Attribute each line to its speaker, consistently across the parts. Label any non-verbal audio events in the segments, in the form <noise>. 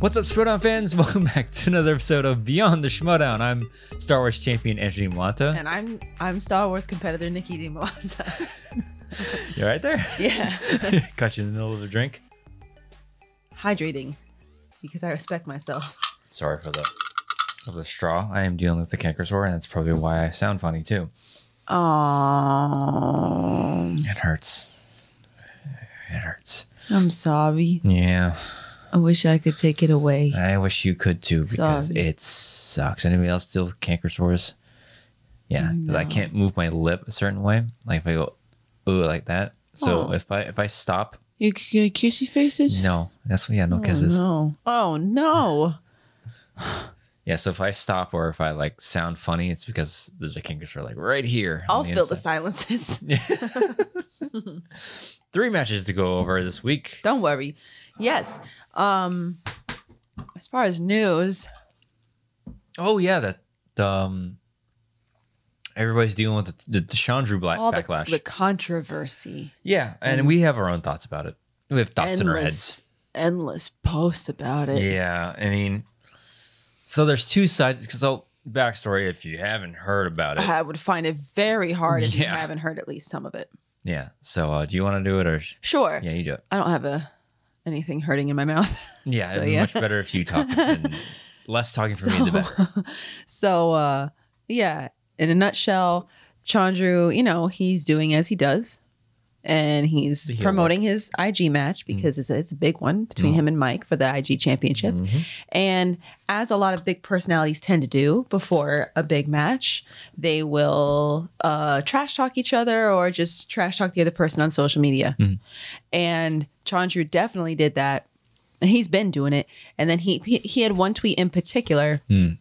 Speaker 1: What's up, Schmodown fans? <laughs> Welcome back to another episode of Beyond the Schmodown. I'm Star Wars champion Anthony Malata.
Speaker 2: And I'm I'm Star Wars competitor Nikki Di Malanza.
Speaker 1: You right there?
Speaker 2: <laughs> yeah.
Speaker 1: Caught you in the middle of a drink.
Speaker 2: <laughs> Hydrating. Because I respect myself.
Speaker 1: Sorry for the of the straw. I am dealing with the canker sore, and that's probably why I sound funny too.
Speaker 2: Oh
Speaker 1: It hurts. It hurts.
Speaker 2: I'm sorry.
Speaker 1: Yeah.
Speaker 2: I wish I could take it away.
Speaker 1: I wish you could too because
Speaker 2: Sorry.
Speaker 1: it sucks. Anybody else deal with canker sores? Yeah, 'cause I
Speaker 2: No.
Speaker 1: can't move my lip a certain way. Like if I go, ooh, like that. So
Speaker 2: Oh.
Speaker 1: if I if I stop,
Speaker 2: You can kissy faces?
Speaker 1: no, that's yeah, no kisses.
Speaker 2: Oh no. Oh <laughs> no.
Speaker 1: Yeah, so if I stop or if I like sound funny, it's because there's a canker sore like right here. on
Speaker 2: I'll fill the
Speaker 1: inside.
Speaker 2: silences. <laughs>
Speaker 1: <laughs> Three matches to go over this week.
Speaker 2: Don't worry. Yes. Um as far as news,
Speaker 1: Oh yeah, that the, um, everybody's dealing with the, the, the Chandru black
Speaker 2: all the,
Speaker 1: backlash.
Speaker 2: the controversy.
Speaker 1: yeah, and we have our own thoughts about it. We have thoughts in our heads.
Speaker 2: endless posts about it.
Speaker 1: Yeah, I mean, so there's two sides. So backstory, if you haven't heard about it,
Speaker 2: I would find it very hard if you
Speaker 1: Yeah.
Speaker 2: haven't heard at least some of it.
Speaker 1: yeah. So uh, do you want to do it or? sh-
Speaker 2: Sure.
Speaker 1: Yeah, you do it.
Speaker 2: I don't have a anything hurting in my mouth. <laughs>
Speaker 1: Yeah,
Speaker 2: So,
Speaker 1: it'd be
Speaker 2: yeah.
Speaker 1: much better if you talk
Speaker 2: <laughs>
Speaker 1: and less talking for me. The better.
Speaker 2: so uh yeah, in a nutshell, Chandru, you know, he's doing as he does. And he's
Speaker 1: The Mm. heel
Speaker 2: promoting his IG match because it's, it's a big one between
Speaker 1: Mm.
Speaker 2: him and Mike for the IG championship.
Speaker 1: Mhm.
Speaker 2: And as a lot of big personalities tend to do before a big match, they will uh, trash talk each other or just trash talk the other person on social media.
Speaker 1: Mhm.
Speaker 2: And Chandru definitely did that. And he's been doing it. And then he he, he had one tweet in particular
Speaker 1: Mm.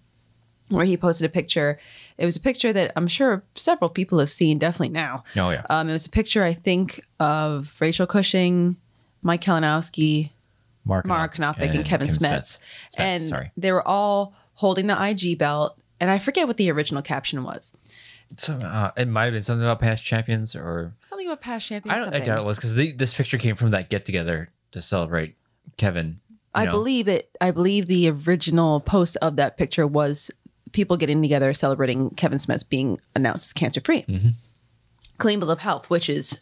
Speaker 2: where he posted a picture. It was a picture that I'm sure several people have seen, definitely now.
Speaker 1: Oh yeah.
Speaker 2: Um, it was a picture, I think, of Rachel Cushing, Mike Kalinowski,
Speaker 1: Mark,
Speaker 2: Mara Knopik and, Kevin
Speaker 1: Smets,
Speaker 2: Smets. And
Speaker 1: sorry.
Speaker 2: they were all holding the IG belt. And I forget what the original caption was.
Speaker 1: Some, uh, it might have been something about past champions, or
Speaker 2: Something about past champions.
Speaker 1: I don't. I
Speaker 2: something.
Speaker 1: doubt it was because this picture came from that get together to celebrate Kevin. you
Speaker 2: I
Speaker 1: know.
Speaker 2: believe that I believe the original post of that picture was people getting together celebrating Kevin Smets being announced as cancer free.
Speaker 1: Mm-hmm.
Speaker 2: Clean bill of health, which is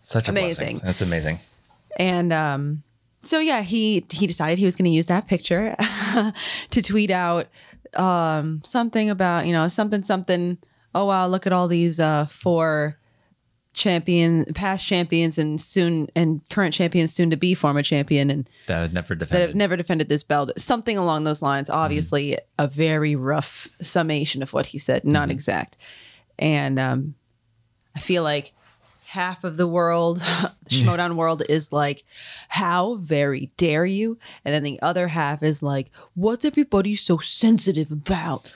Speaker 1: such a
Speaker 2: Amazing.
Speaker 1: Blessing. That's amazing.
Speaker 2: and um so yeah he he decided he was going to use that picture <laughs> to tweet out um something about you know something something oh wow look at all these uh four champion past champions and soon and current champions soon to be former champion and
Speaker 1: That I'd never
Speaker 2: that have
Speaker 1: defended.
Speaker 2: never defended this belt something along those lines
Speaker 1: Mm-hmm.
Speaker 2: obviously a very rough summation of what he said not
Speaker 1: Mm-hmm.
Speaker 2: exact and um i feel like half of the world <laughs>
Speaker 1: Mm.
Speaker 2: the schmodown world is like how very dare you and then the other half is like what's everybody so sensitive about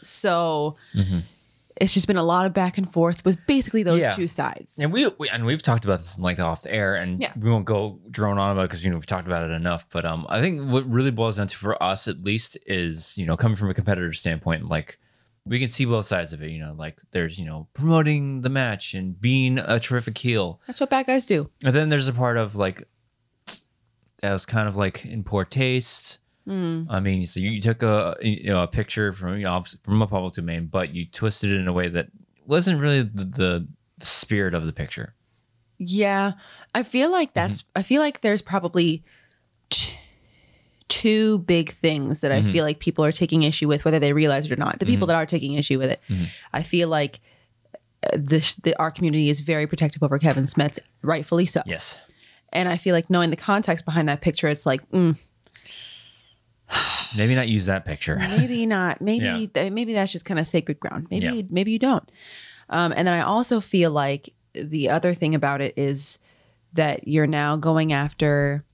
Speaker 2: so it's just been a lot of back and forth with basically those
Speaker 1: Mm-hmm. Yeah.
Speaker 2: two sides
Speaker 1: and we, we and we've talked about this in like off the air, and
Speaker 2: Yeah.
Speaker 1: we won't go drone on about because you know we've talked about it enough. But um, I think what really boils down to for us at least is you know coming from a competitor standpoint, like we can see both sides of it. You know, like there's you know promoting the match and being a terrific heel,
Speaker 2: that's what bad guys do
Speaker 1: and then there's a part of like that was kind of like in poor taste. I mean, so you took a you know a picture from you know, obviously from a public domain, but you twisted it in a way that wasn't really the, the spirit of the picture.
Speaker 2: Yeah, I feel like that's. I feel like there's probably t- two big things that I feel like people are taking issue with, whether they realize it or not. The people that are taking issue with it, I feel like uh, the, the our community is very protective over Kevin Smets, rightfully so.
Speaker 1: Yes.
Speaker 2: And I feel like knowing the context behind that picture, it's like mm,
Speaker 1: Maybe not use that picture.
Speaker 2: maybe not. Maybe
Speaker 1: Yeah.
Speaker 2: th- maybe that's just kind of sacred ground. Maybe
Speaker 1: Yeah.
Speaker 2: you, maybe you don't. Um, and then I also feel like the other thing about it is that you're now going after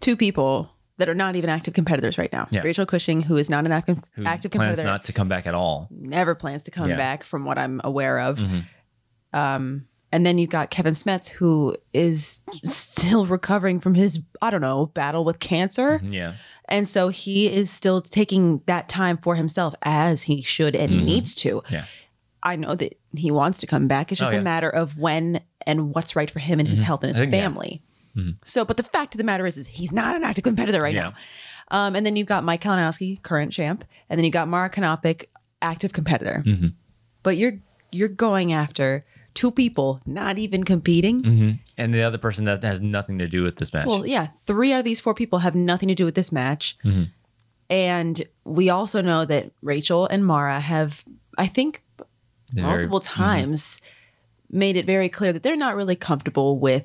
Speaker 2: two people that are not even active competitors right now.
Speaker 1: Yeah.
Speaker 2: Rachel Cushing, who is not an active,
Speaker 1: <laughs> Who
Speaker 2: active
Speaker 1: plans
Speaker 2: competitor,
Speaker 1: not to come back at all?
Speaker 2: never plans to come
Speaker 1: Yeah. Mm.
Speaker 2: back, from what I'm aware of. Um, and then you've got Kevin Smets, who is still <laughs> recovering from his, I don't know, battle with cancer.
Speaker 1: Mm-hmm. Yeah.
Speaker 2: And so he is still taking that time for himself as he should and needs to.
Speaker 1: Mm-hmm. Yeah.
Speaker 2: I know that he wants to come back. It's just
Speaker 1: Oh, yeah. Mm-hmm.
Speaker 2: a matter of when and what's right for him and his health and his
Speaker 1: I think, yeah.
Speaker 2: family.
Speaker 1: Mhm.
Speaker 2: So, but the fact of the matter is, is he's not an active competitor right
Speaker 1: Yeah.
Speaker 2: now. Um, and then you've got Mike Kalinowski, current champ, and then you got Mara Kanopic, active competitor.
Speaker 1: Mhm.
Speaker 2: But you're you're going after two people not even competing.
Speaker 1: hmm And the other person that has nothing to do with this match.
Speaker 2: Well, yeah, three out of these four people have nothing to do with this match.
Speaker 1: Mhm.
Speaker 2: And we also know that Rachel and Mara have, I think,
Speaker 1: They're mm-hmm. very-
Speaker 2: multiple times made it very clear that they're not really comfortable with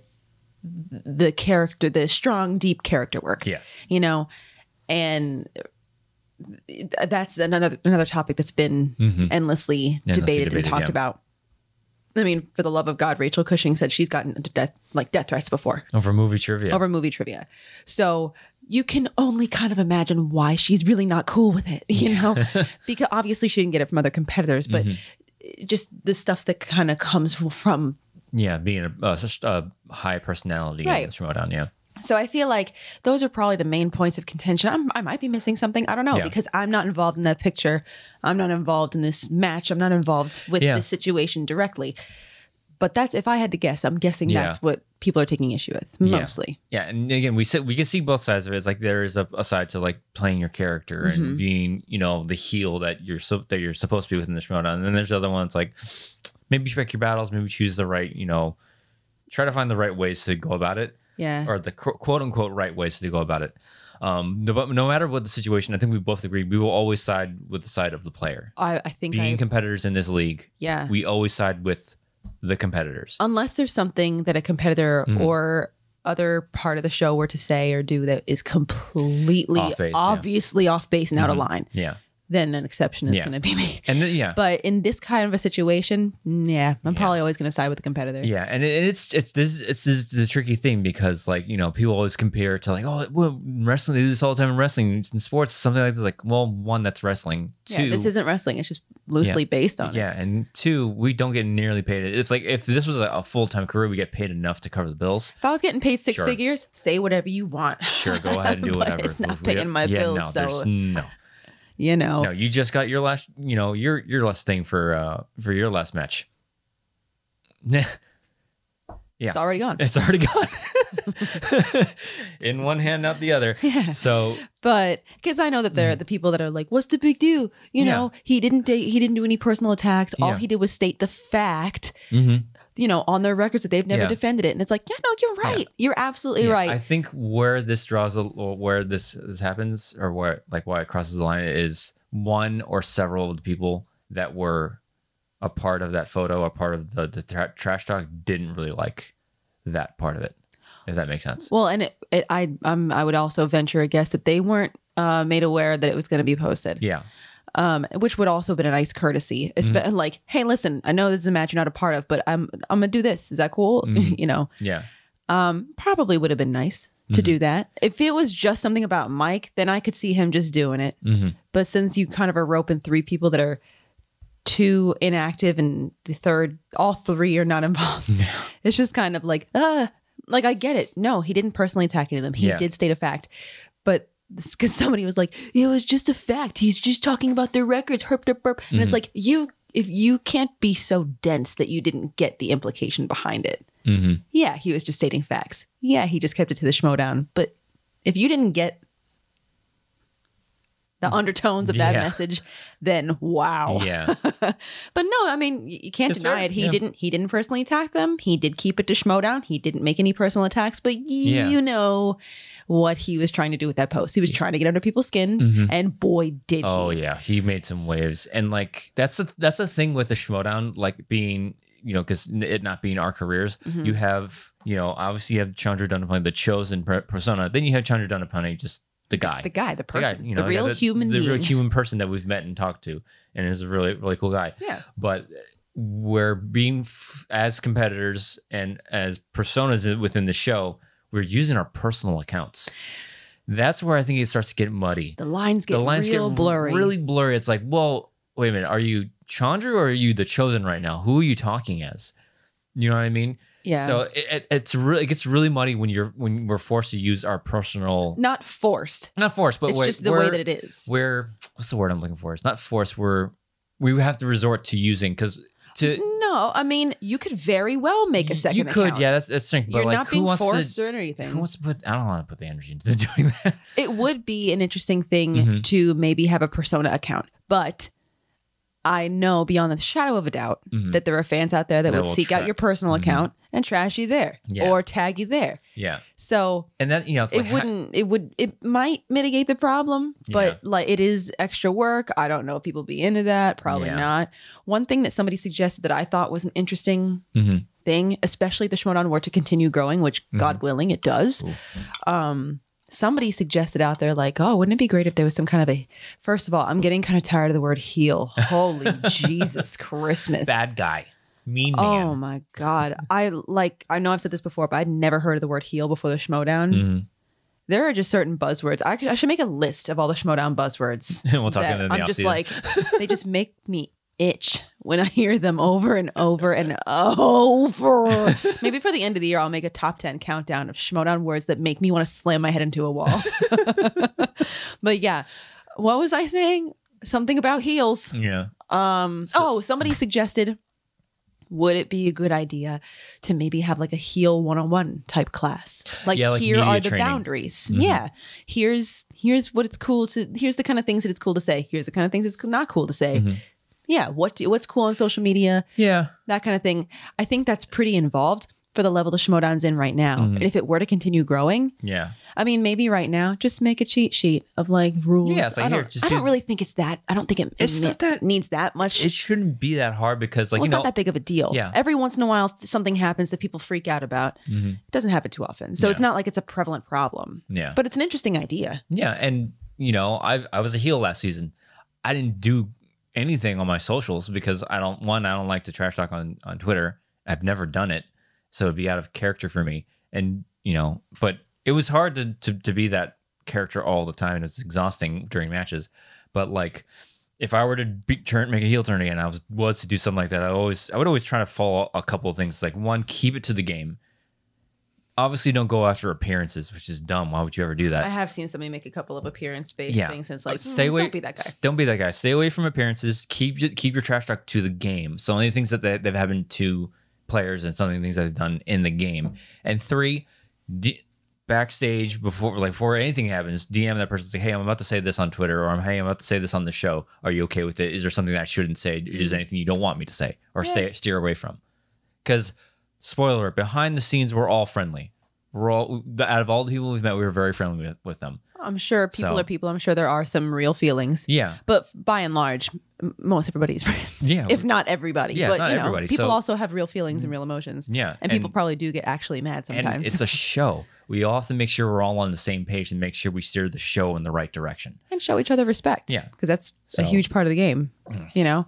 Speaker 2: the character, the strong, deep character work.
Speaker 1: Yeah.
Speaker 2: You know, and th- that's another another topic that's been
Speaker 1: Mhm.
Speaker 2: endlessly,
Speaker 1: Endlessly
Speaker 2: debated, and
Speaker 1: debated,
Speaker 2: talked
Speaker 1: yeah.
Speaker 2: about. I mean, for the love of God, Rachel Cushing said she's gotten death like death threats before
Speaker 1: Over Oh, movie trivia.
Speaker 2: over movie trivia. So you can only kind of imagine why she's really not cool with it, <laughs> you know,
Speaker 1: <laughs>
Speaker 2: because obviously she didn't get it from other competitors, but
Speaker 1: Mm-hmm.
Speaker 2: just the stuff that kind of comes from.
Speaker 1: yeah, being a, uh, such a high personality in
Speaker 2: Right.
Speaker 1: this showdown. Yeah.
Speaker 2: So I feel like those are probably the main points of contention. I'm, I might be missing something. I don't know
Speaker 1: Yeah.
Speaker 2: because I'm not involved in that picture. I'm not involved in this match. I'm not involved with
Speaker 1: Yeah.
Speaker 2: this situation directly. But that's if I had to guess, I'm guessing
Speaker 1: Yeah.
Speaker 2: that's what people are taking issue with
Speaker 1: Yeah.
Speaker 2: mostly.
Speaker 1: Yeah, and again, we said we can see both sides of it. It's like there is a, a side to like playing your character
Speaker 2: Mm-hmm.
Speaker 1: and being, you know, the heel that you're so, that you're supposed to be within the showdown. And then there's the other ones like maybe pick your battles, maybe choose the right, you know, try to find the right ways to go about it,
Speaker 2: Yeah.
Speaker 1: or the qu- quote unquote right ways to go about it. Um, no, but no matter what the situation, I think we both agree we will always side with the side of the player.
Speaker 2: I, I think
Speaker 1: Being
Speaker 2: I,
Speaker 1: competitors in this league,
Speaker 2: yeah. Oh.
Speaker 1: we always side with the competitors.
Speaker 2: unless there's something that a competitor
Speaker 1: Mhm.
Speaker 2: or other part of the show were to say or do that is completely
Speaker 1: Off base, yeah.
Speaker 2: obviously off base and out of
Speaker 1: Mhm.
Speaker 2: line,
Speaker 1: yeah,
Speaker 2: then an exception is
Speaker 1: Yeah.
Speaker 2: going to be made.
Speaker 1: and then, yeah,
Speaker 2: But in this kind of a situation, mm, yeah, I'm
Speaker 1: Yeah.
Speaker 2: probably always going to side with the competitor.
Speaker 1: Yeah, and it, and it's it's this it's this, the tricky thing because like you know people always compare it to like oh well wrestling they do this all the time in wrestling in sports something like this like well one that's wrestling
Speaker 2: Yeah,
Speaker 1: two
Speaker 2: this isn't wrestling; it's just loosely based on it.
Speaker 1: yeah and two we don't get nearly paid it's like if this was a, a full time career we get paid enough to cover the bills
Speaker 2: If I was getting paid six
Speaker 1: Sure.
Speaker 2: figures, say whatever you want.
Speaker 1: sure go
Speaker 2: <laughs>
Speaker 1: ahead and do
Speaker 2: But
Speaker 1: whatever
Speaker 2: It's not
Speaker 1: We-
Speaker 2: paying my
Speaker 1: yeah,
Speaker 2: bills,
Speaker 1: no,
Speaker 2: so
Speaker 1: there's no
Speaker 2: you know.
Speaker 1: no you just got your last you know your your last thing for uh for your last match <laughs>
Speaker 2: It's
Speaker 1: <laughs>
Speaker 2: already gone.
Speaker 1: it's already gone <laughs> in one hand out the other
Speaker 2: Yeah.
Speaker 1: so
Speaker 2: but because I know that there are the people that are like, "What's the big deal?" You
Speaker 1: Mm. Yeah.
Speaker 2: know, he didn't da- he didn't do any personal attacks. All
Speaker 1: Yeah.
Speaker 2: he did was state the fact,
Speaker 1: mhm.
Speaker 2: you know, on their records that they've never
Speaker 1: Yeah.
Speaker 2: defended it. And it's like, yeah, no, you're right. You're absolutely
Speaker 1: Yeah,
Speaker 2: right.
Speaker 1: I think where this draws a or where this this happens or where like why it crosses the line is one or several of the people that were a part of that photo, a part of the, the tra- trash talk, didn't really like that part of it. If that makes sense.
Speaker 2: well, and it, it, I um, I would also venture a guess that they weren't uh, made aware that it was going to be posted,
Speaker 1: Yeah, Mm-hmm.
Speaker 2: um, which would also have been a nice courtesy. Espe- Like, hey, listen, I know this is a match you're not a part of, but I'm I'm gonna do this. Is that cool?
Speaker 1: Mhm.
Speaker 2: <laughs> you know,
Speaker 1: yeah,
Speaker 2: um, probably would have been nice to do that. If it was just something about Mike, then I could see him just doing it.
Speaker 1: hmm
Speaker 2: But since you kind of are roping three people that are two inactive and the third, all three are not <laughs> involved, it's just kind of like, uh, like I get it. No, he didn't personally attack any of them. He
Speaker 1: Yeah.
Speaker 2: did state a fact, but because somebody was like, it was just a fact. He's just talking about their records. Herp, derp, burp. And it's like, you, if you can't be so dense that you didn't get the implication behind it.
Speaker 1: hmm
Speaker 2: Yeah, he was just stating facts. Yeah, he just kept it to the schmodown. But if you didn't get the undertones of that
Speaker 1: Mm. Yeah.
Speaker 2: message, then wow. <laughs>
Speaker 1: yeah,
Speaker 2: But no, I mean y- you can't
Speaker 1: It's
Speaker 2: deny
Speaker 1: fair,
Speaker 2: it. He
Speaker 1: yeah.
Speaker 2: didn't. He didn't personally attack them. He did keep it to schmodown. He didn't make any personal attacks. But y-
Speaker 1: Yeah.
Speaker 2: you know what he was trying to do with that post. He was trying to get under people's skins,
Speaker 1: Mhm.
Speaker 2: and boy did
Speaker 1: oh
Speaker 2: he.
Speaker 1: yeah, he made some waves, and like that's the that's the thing with the Schmodown, like being you know because it not being our careers,
Speaker 2: Mhm.
Speaker 1: you have you know obviously you have Chandra Dhanapani, the chosen per- persona, then you have Chandra Dhanapani, just the guy,
Speaker 2: The guy, the
Speaker 1: The guy,
Speaker 2: person, the real
Speaker 1: the-
Speaker 2: human
Speaker 1: the
Speaker 2: being.
Speaker 1: real
Speaker 2: <laughs>
Speaker 1: human person that we've met and talked to, and is a really really cool guy.
Speaker 2: yeah.
Speaker 1: But we're being f- as competitors and as personas within the show, we're using our personal accounts. That's where I think it starts to get muddy
Speaker 2: The lines get real blurry.
Speaker 1: really blurry. It's like, well, wait a minute, are you Chandra or are you the chosen right now? Who are you talking as? You know what I mean?
Speaker 2: yeah.
Speaker 1: So it, it, it's really it gets really muddy when you're when we're forced to use our personal
Speaker 2: not forced.
Speaker 1: not forced, but
Speaker 2: it's
Speaker 1: we're-
Speaker 2: just the way
Speaker 1: we're-
Speaker 2: that it is.
Speaker 1: We're what's the word I'm looking for? It's not forced. We're we have to resort to using because
Speaker 2: Mm-hmm.
Speaker 1: to
Speaker 2: No, I mean you could very well make a second.
Speaker 1: You could,
Speaker 2: account.
Speaker 1: yeah. That's that's true. But
Speaker 2: You're
Speaker 1: like,
Speaker 2: not
Speaker 1: who
Speaker 2: being
Speaker 1: wants
Speaker 2: forced
Speaker 1: to?
Speaker 2: or anything.
Speaker 1: Who wants to put? I don't want to put the energy into <laughs> doing that.
Speaker 2: it would be an interesting thing
Speaker 1: Mhm.
Speaker 2: to maybe have a persona account, but I know beyond the shadow of a doubt
Speaker 1: Mhm.
Speaker 2: that there are fans out there that,
Speaker 1: That
Speaker 2: would
Speaker 1: will
Speaker 2: seek out
Speaker 1: track.
Speaker 2: your personal
Speaker 1: Mhm.
Speaker 2: account and trash you there
Speaker 1: Yeah.
Speaker 2: or tag you there.
Speaker 1: yeah,
Speaker 2: So
Speaker 1: and that you know, it's
Speaker 2: it
Speaker 1: like, ha-
Speaker 2: wouldn't it would it might mitigate the problem but
Speaker 1: Yeah.
Speaker 2: like it is extra work i don't know if people be into that probably
Speaker 1: Yeah.
Speaker 2: not one thing that somebody suggested that i thought was an interesting
Speaker 1: Mhm.
Speaker 2: thing especially if the shmodown were to continue growing which
Speaker 1: Mm-hmm.
Speaker 2: god willing it does
Speaker 1: Ooh.
Speaker 2: um somebody suggested out there like oh wouldn't it be great if there was some kind of a first of all i'm getting kind of tired of the word heal
Speaker 1: <laughs>
Speaker 2: holy jesus christmas
Speaker 1: bad guy, mean
Speaker 2: Oh
Speaker 1: man.
Speaker 2: my god! I like. I know I've said this before, but I'd never heard of the word "heal" before the Schmodown
Speaker 1: Mhm.
Speaker 2: there are just certain buzzwords. I, could- I should make a list of all the schmodown buzzwords.
Speaker 1: <laughs> <laughs> we'll talk
Speaker 2: that
Speaker 1: into the
Speaker 2: I'm just
Speaker 1: offseason. <laughs>
Speaker 2: like, they just make me itch when I hear them over and over and
Speaker 1: <laughs>
Speaker 2: over. Maybe for the end of the year, I'll make a top 10 countdown of schmodown words that make me want to slam my head into a wall. <laughs> but yeah, what was I saying? Something about heels.
Speaker 1: yeah.
Speaker 2: Um, oh, somebody suggested would it be a good idea to maybe have like a heel one-on-one type class? Like,
Speaker 1: Yeah, like
Speaker 2: here are
Speaker 1: media
Speaker 2: the
Speaker 1: training.
Speaker 2: boundaries.
Speaker 1: Mhm.
Speaker 2: Yeah. Here's here's what it's cool to here's the kind of things that it's cool to say. Here's the kind of things it's not cool to say.
Speaker 1: Mhm.
Speaker 2: Yeah, what do, what's cool on social media,
Speaker 1: Yeah.
Speaker 2: that kind of thing. I think that's pretty involved for the level the Shimodan's in right now.
Speaker 1: Mhm.
Speaker 2: And if it were to continue growing,
Speaker 1: Yeah.
Speaker 2: I mean, maybe right now, just make a cheat sheet of like rules.
Speaker 1: Yeah, it's like,
Speaker 2: I don't,
Speaker 1: here, just
Speaker 2: I don't
Speaker 1: do-
Speaker 2: really think it's that. I don't think it,
Speaker 1: It's
Speaker 2: it
Speaker 1: not that-
Speaker 2: needs that much
Speaker 1: It shouldn't be that hard because like
Speaker 2: well,
Speaker 1: you
Speaker 2: it's
Speaker 1: know
Speaker 2: not that big of a deal.
Speaker 1: Yeah.
Speaker 2: Every once in a while, th- something happens that people freak out about.
Speaker 1: Mhm.
Speaker 2: It doesn't happen too often. So it's
Speaker 1: Yeah.
Speaker 2: not like it's a prevalent problem,
Speaker 1: yeah.
Speaker 2: but it's an interesting idea.
Speaker 1: Yeah, and you know, I I was a heel last season. I didn't do anything on my socials because I don't one I don't like to trash talk on on Twitter. I've never done it, so it'd be out of character for me. And you know, but it was hard to to, to be that character all the time, and it's exhausting during matches. But like. If I were to be, turn, make a heel turn again, I was was to do something like that. I always, I would always try to follow a couple of things. Like one, keep it to the game. Obviously, don't go after appearances, which is dumb. Why would you ever do that?
Speaker 2: I have seen somebody make a couple of appearance based things. And it's
Speaker 1: Uh,
Speaker 2: like,
Speaker 1: stay
Speaker 2: "Hmm,
Speaker 1: away.
Speaker 2: don't be that guy.
Speaker 1: s- Don't be that guy. Stay away from appearances. Keep y- keep your trash talk to the game. So only things that they, they've happened to players and some of the things that they've done in the game. And three, d- backstage before like before anything happens, DM that person say, hey, I'm about to say this on Twitter, or I'm hey, I'm about to say this on the show. Are you okay with it? Is there something that I shouldn't say? Is there anything you don't want me to say or
Speaker 2: Mm. Yeah.
Speaker 1: stay steer away from? Because spoiler alert, behind the scenes, we're all friendly. We're all out of all the people we've met, we were very friendly with, with them.
Speaker 2: I'm sure people
Speaker 1: So-
Speaker 2: are people. I'm sure there are some real feelings.
Speaker 1: Yeah.
Speaker 2: But f- by and large, m- most everybody's <laughs> friends.
Speaker 1: Yeah.
Speaker 2: If not everybody.
Speaker 1: Yeah,
Speaker 2: but
Speaker 1: not
Speaker 2: you know,
Speaker 1: everybody.
Speaker 2: people
Speaker 1: So-
Speaker 2: also have real feelings and real emotions.
Speaker 1: Yeah.
Speaker 2: And, people probably do get actually mad
Speaker 1: and
Speaker 2: sometimes.
Speaker 1: it's a
Speaker 2: <laughs>
Speaker 1: show. We all have to make sure we're all on the same page and make sure we steer the show in the right direction.
Speaker 2: and show each other respect.
Speaker 1: Yeah.
Speaker 2: Because that's
Speaker 1: So- Mm.
Speaker 2: a huge part of the game, you know?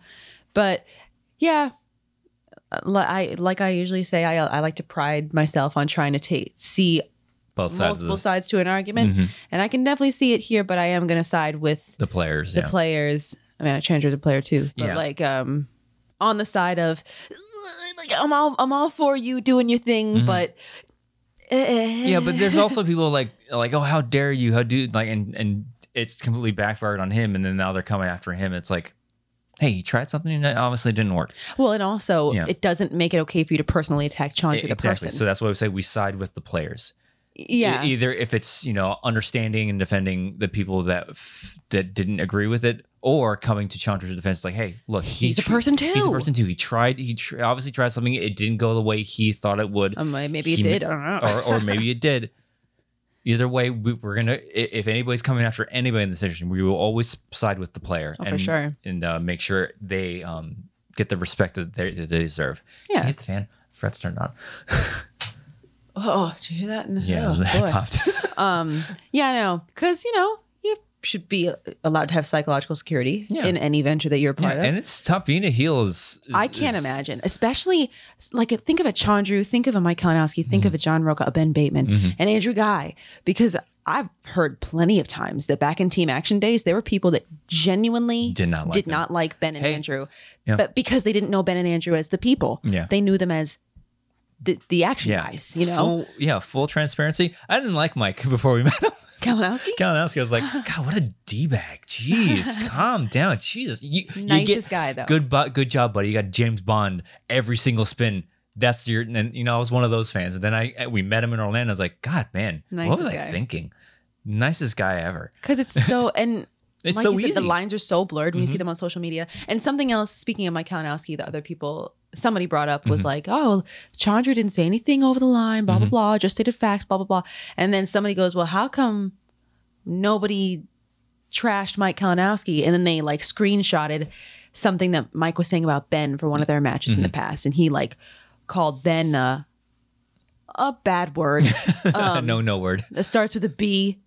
Speaker 2: But yeah, uh, li- I like I usually say, I, I like to pride myself on trying to take see
Speaker 1: Both sides of
Speaker 2: multiple
Speaker 1: the,
Speaker 2: sides to an argument.
Speaker 1: Mhm.
Speaker 2: And I can definitely see it here, but I am going to side with
Speaker 1: the players.
Speaker 2: the
Speaker 1: yeah.
Speaker 2: players. I mean, I transferred to player too, but
Speaker 1: Yeah.
Speaker 2: like, um, on the side of like I'm all I'm all for you doing your thing,
Speaker 1: Mhm.
Speaker 2: but eh.
Speaker 1: yeah, but there's also people like like oh how dare you how do like and and it's completely backfired on him and then now they're coming after him. It's like, hey, he tried something and it obviously didn't work.
Speaker 2: <laughs> well, and also
Speaker 1: Yeah. E,
Speaker 2: it doesn't make it okay for you to personally attack Chantry the
Speaker 1: exactly.
Speaker 2: person.
Speaker 1: So that's why we say we side with the players.
Speaker 2: yeah,
Speaker 1: E- either if it's you know understanding and defending the people that f- that didn't agree with it, or coming to Chandra's defense, like, hey, look, he
Speaker 2: He's a
Speaker 1: tr-
Speaker 2: person
Speaker 1: He's a
Speaker 2: too.
Speaker 1: person too. He tried. He tr- obviously tried something. It didn't go the way he thought it would,
Speaker 2: Um, maybe it
Speaker 1: He ma- Oh.
Speaker 2: did. I don't know.
Speaker 1: or or maybe it did. Either way, we, we're gonna. i- If anybody's coming after anybody in the situation, we will always side with the player.
Speaker 2: Oh,
Speaker 1: and,
Speaker 2: for sure.
Speaker 1: and uh, make sure they um, get the respect that they, that they deserve.
Speaker 2: Yeah.
Speaker 1: Can you hit the fan. Fred's turned on.
Speaker 2: <laughs> oh, did you hear that?
Speaker 1: Yeah, <laughs>
Speaker 2: Oh,
Speaker 1: that
Speaker 2: <laughs> boy.
Speaker 1: popped.
Speaker 2: um, yeah, no, because you know you should be allowed to have psychological security
Speaker 1: Yeah.
Speaker 2: in any venture that you're a
Speaker 1: Yeah,
Speaker 2: part of.
Speaker 1: and it's tough being a heel. Is, is-
Speaker 2: I can't
Speaker 1: is-
Speaker 2: imagine, especially like think of a Chandru, think of a Mike Kalinowski, think
Speaker 1: Mm-hmm.
Speaker 2: of a John Roca, a Ben Bateman, and Andrew Guy, because I've heard plenty of times that back in team action days, there were people that genuinely
Speaker 1: Did not like
Speaker 2: did
Speaker 1: them.
Speaker 2: not like Ben and
Speaker 1: Hey.
Speaker 2: Andrew,
Speaker 1: Yeah.
Speaker 2: but because they didn't know Ben and Andrew as the people,
Speaker 1: Yeah.
Speaker 2: they knew them as the, the action
Speaker 1: Yeah,
Speaker 2: guys, you know.
Speaker 1: Full, yeah, full transparency. I didn't like Mike <laughs> before we met him.
Speaker 2: Kalinowski?
Speaker 1: Kalinowski was like,
Speaker 2: <laughs>
Speaker 1: God, what a d bag. Jeez, calm down. Jesus, you, you get
Speaker 2: Nicest guy though.
Speaker 1: good, bu- good job, buddy. You got James Bond every single spin. That's your, and you know, I was one of those fans. And then I we met him in Orlando. I was like, God, man, what was
Speaker 2: Nicest
Speaker 1: I
Speaker 2: guy.
Speaker 1: thinking? Nicest guy ever.
Speaker 2: Because it's
Speaker 1: <laughs>
Speaker 2: so and
Speaker 1: It's
Speaker 2: like
Speaker 1: so
Speaker 2: you
Speaker 1: easy. Mm-hmm.
Speaker 2: said, the lines are so blurred when you see them on social media. And something else, speaking of Mike Kalinowski, the other people somebody brought up
Speaker 1: Mm-hmm.
Speaker 2: was like, "Oh, Chandra didn't say anything over the line, blah blah blah, just stated facts, blah blah blah." And then somebody goes, "Well, how come nobody trashed Mike Kalinowski?" And then they like screenshotted something that Mike was saying about Ben for one of their matches in the
Speaker 1: Mm-hmm.
Speaker 2: past, and he like called Ben uh, a
Speaker 1: <laughs>
Speaker 2: bad word
Speaker 1: <laughs>
Speaker 2: um,
Speaker 1: no, no
Speaker 2: <laughs>
Speaker 1: word.
Speaker 2: that starts with a B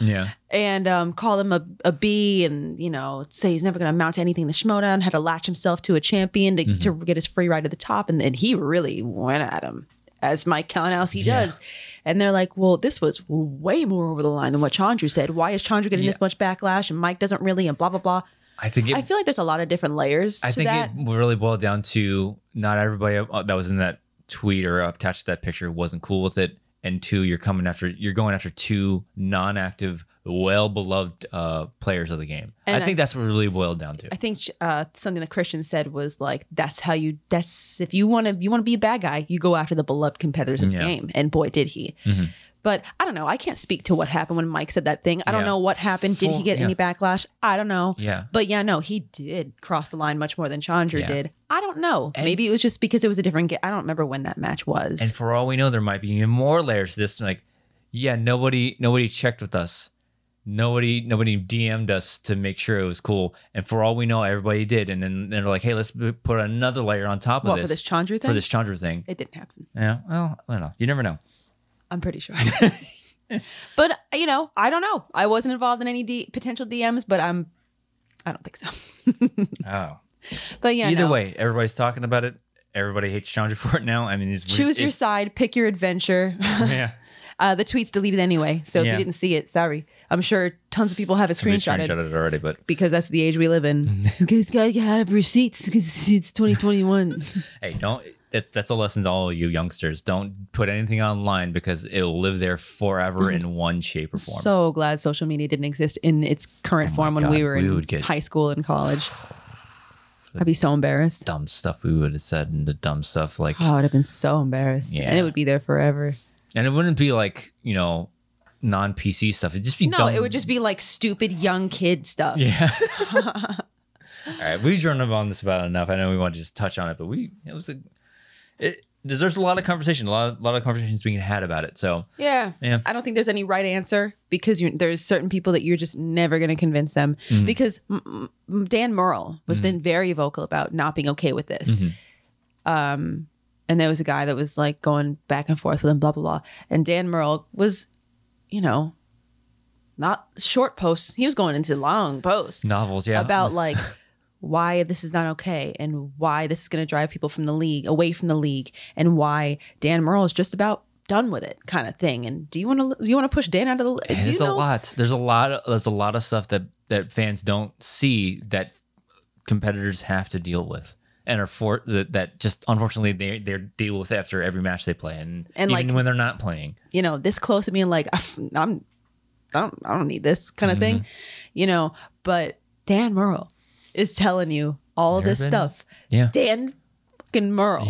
Speaker 1: Yeah.
Speaker 2: and um, call him a, a B and, you know, say he's never going to amount to anything in the Schmodown, had to latch himself to a champion to, to
Speaker 1: Mm-hmm.
Speaker 2: get his free ride to the top. And then he really went at him, as Mike Kalinowski
Speaker 1: Yeah.
Speaker 2: does. And they're like, well, this was way more over the line than what Chandru said. Why is Chandru getting
Speaker 1: Yeah.
Speaker 2: this much backlash and Mike doesn't really and blah, blah, blah.
Speaker 1: I think it
Speaker 2: I feel like there's a lot of different layers
Speaker 1: I
Speaker 2: to
Speaker 1: think
Speaker 2: that.
Speaker 1: it really boiled down to not everybody uh, that was in that tweet or attached to that picture wasn't cool with it, and two, you're coming after you're going after two non-active, well-beloved uh, players of the game.
Speaker 2: And
Speaker 1: I
Speaker 2: I-
Speaker 1: think that's what it really boiled down to.
Speaker 2: I think uh, something that Christian said was like, "That's how you. That's if you want to. You want to be a bad guy. You go after the beloved competitors in the
Speaker 1: Yeah.
Speaker 2: game." And boy, did he!
Speaker 1: Mhm.
Speaker 2: But I don't know. I can't speak to what happened when Mike said that thing. I don't
Speaker 1: Yeah.
Speaker 2: know what happened. Did he
Speaker 1: Full-
Speaker 2: get any backlash? I don't know.
Speaker 1: yeah,
Speaker 2: But yeah, no, he did cross the line much more than Chandra
Speaker 1: Yeah.
Speaker 2: did. I don't know.
Speaker 1: And-
Speaker 2: Maybe it was just because it was a different. Ga- I don't remember when that match was.
Speaker 1: and for all we know, there might be even more layers to this. Like, yeah, nobody nobody checked with us. Nobody nobody DM'd us to make sure it was cool. And for all we know, everybody did. And then they're like, hey, let's put another layer on top of
Speaker 2: what
Speaker 1: this
Speaker 2: for this Chandra thing?
Speaker 1: for this Chandra thing.
Speaker 2: it didn't happen.
Speaker 1: Yeah. Well, I don't know. You never
Speaker 2: <laughs>
Speaker 1: know.
Speaker 2: I'm pretty sure. <laughs> but you know, I don't know. I wasn't involved in any D- potential DMs, but I'm. I don't think so. <laughs>
Speaker 1: Oh.
Speaker 2: But yeah,
Speaker 1: Either
Speaker 2: no.
Speaker 1: way, everybody's talking about it. Everybody hates Chandra <laughs> for it now. I mean, it's
Speaker 2: choose
Speaker 1: it's-
Speaker 2: your side, pick your adventure. <laughs>
Speaker 1: yeah.
Speaker 2: uh, the tweet's deleted anyway, so if
Speaker 1: Yeah.
Speaker 2: you didn't see it, sorry. I'm sure tons of people have it
Speaker 1: Somebody
Speaker 2: screenshotted
Speaker 1: screenshotted it already, but
Speaker 2: because that's the age we live in.
Speaker 1: <laughs>
Speaker 2: Because gotta get out of receipts because
Speaker 1: <laughs>
Speaker 2: it's 2021.
Speaker 1: hey, don't. That's that's a lesson to all you youngsters. Don't put anything online because it'll live there forever in one shape or form.
Speaker 2: Mm. so glad social media didn't exist in its current form when
Speaker 1: Oh God,
Speaker 2: we were
Speaker 1: we
Speaker 2: in
Speaker 1: would get-
Speaker 2: high school
Speaker 1: <sighs>
Speaker 2: and college. I'd be so embarrassed.
Speaker 1: dumb stuff we would have said and the dumb stuff like,
Speaker 2: Oh, I'd have been so embarrassed, and
Speaker 1: Yeah.
Speaker 2: it would be there forever.
Speaker 1: and it wouldn't be like you know, non PC stuff. It'd just be
Speaker 2: No,
Speaker 1: dumb.
Speaker 2: it would just be like stupid young kid stuff.
Speaker 1: <laughs> Yeah. All right, we've drawn up on this about enough. I know we want to just touch on it, but we it was a it deserves a lot of conversation, a lot of, lot of conversations being had about it. So
Speaker 2: Yeah.
Speaker 1: Yeah.
Speaker 2: I don't think there's any right answer because you there's certain people that you're just never going to convince them
Speaker 1: Mm-hmm.
Speaker 2: because m- m- Dan Merle has been very vocal about not being okay with this. Um,
Speaker 1: Mm-hmm.
Speaker 2: and there was a guy that was like going back and forth with him, blah, blah, blah. And Dan Merle was, you know, not short posts. He was going into long posts
Speaker 1: novels, yeah,
Speaker 2: about like why this is not okay and why this is going to drive people from the league away from the league and why Dan Merle is just about done with it kind of thing. And do you want to do you want to push Dan out of the league?
Speaker 1: And
Speaker 2: do you
Speaker 1: it's a lot. There's a lot. Of, there's a lot of stuff that that fans don't see that competitors have to deal with, and are for that, that just unfortunately they they deal with after every match they play, and,
Speaker 2: And,
Speaker 1: even
Speaker 2: like-
Speaker 1: when they're not playing.
Speaker 2: you know this close to being like I'm I don't I don't need this kind of
Speaker 1: Mm-hmm.
Speaker 2: thing, you know. But Dan Merle is telling you all of
Speaker 1: There
Speaker 2: this
Speaker 1: been-
Speaker 2: stuff.
Speaker 1: Yeah.
Speaker 2: Dan fucking Merle.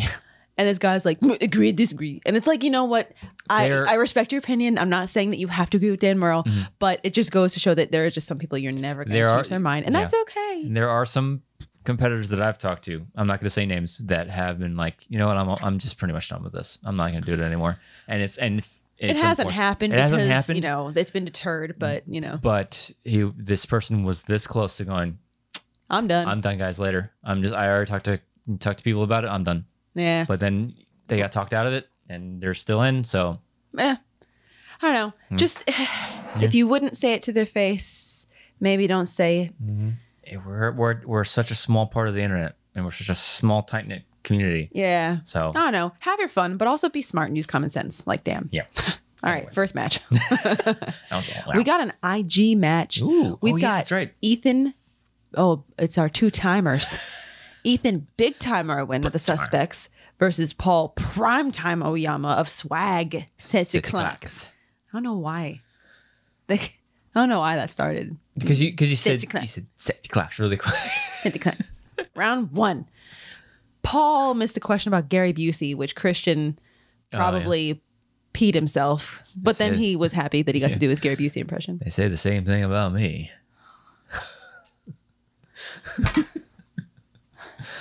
Speaker 2: And this guy's like, "Mm, agree, disagree. And it's like, you know what? I,
Speaker 1: There-
Speaker 2: I respect your opinion. I'm not saying that you have to agree with Dan Merle, but it just goes to show that there are just some people you're never going
Speaker 1: Mm-hmm. There
Speaker 2: to
Speaker 1: are-
Speaker 2: change their mind. And
Speaker 1: yeah.
Speaker 2: that's okay.
Speaker 1: And there are some competitors that I've talked to. I'm not going to say names that have been like, you know what, I'm I'm just pretty much done with this. I'm not going to do it anymore. And it's and it's
Speaker 2: It hasn't
Speaker 1: unfor-
Speaker 2: happened
Speaker 1: It
Speaker 2: because,
Speaker 1: hasn't happened. Mm.
Speaker 2: you know, it's been deterred, but, you know,
Speaker 1: but he, this person was this close to going.
Speaker 2: I'm done.
Speaker 1: I'm done, guys. Later. I'm just. I already talked to talked to people about it. I'm done.
Speaker 2: yeah.
Speaker 1: But then they got talked out of it, and they're still in. So
Speaker 2: eh, I don't know.
Speaker 1: Hmm.
Speaker 2: Just <sighs> if you wouldn't say it to their face, maybe don't say it.
Speaker 1: eh, we're we're we're such a small part of the internet, and we're such a small tight knit community.
Speaker 2: Yeah.
Speaker 1: So
Speaker 2: I don't know. Have your fun, but also be smart and use common sense. Like, damn.
Speaker 1: yeah.
Speaker 2: All right,
Speaker 1: Anyways. <laughs>
Speaker 2: first match.
Speaker 1: Okay, wow.
Speaker 2: We got an IG match.
Speaker 1: Ooh,
Speaker 2: We've
Speaker 1: oh,
Speaker 2: got
Speaker 1: yeah, that's right.
Speaker 2: Ethan. Oh, it's our
Speaker 1: <laughs>
Speaker 2: two timers. Ethan Big Timer win of the suspects versus Paul Prime Time Oyama of Swag. Says
Speaker 1: Six
Speaker 2: o'clock. I don't know why. Like, I don't know why that started.
Speaker 1: Because you because you said
Speaker 2: Safety clap.
Speaker 1: you said safety claps really quick.
Speaker 2: Hit the cut. Round one. Paul missed a question about Gary Busey, which Christian
Speaker 1: Oh, yeah.
Speaker 2: probably peed himself, but then
Speaker 1: said-
Speaker 2: he was happy that he got
Speaker 1: Yeah.
Speaker 2: to do his Gary Busey impression.
Speaker 1: <laughs> they say the same thing about me.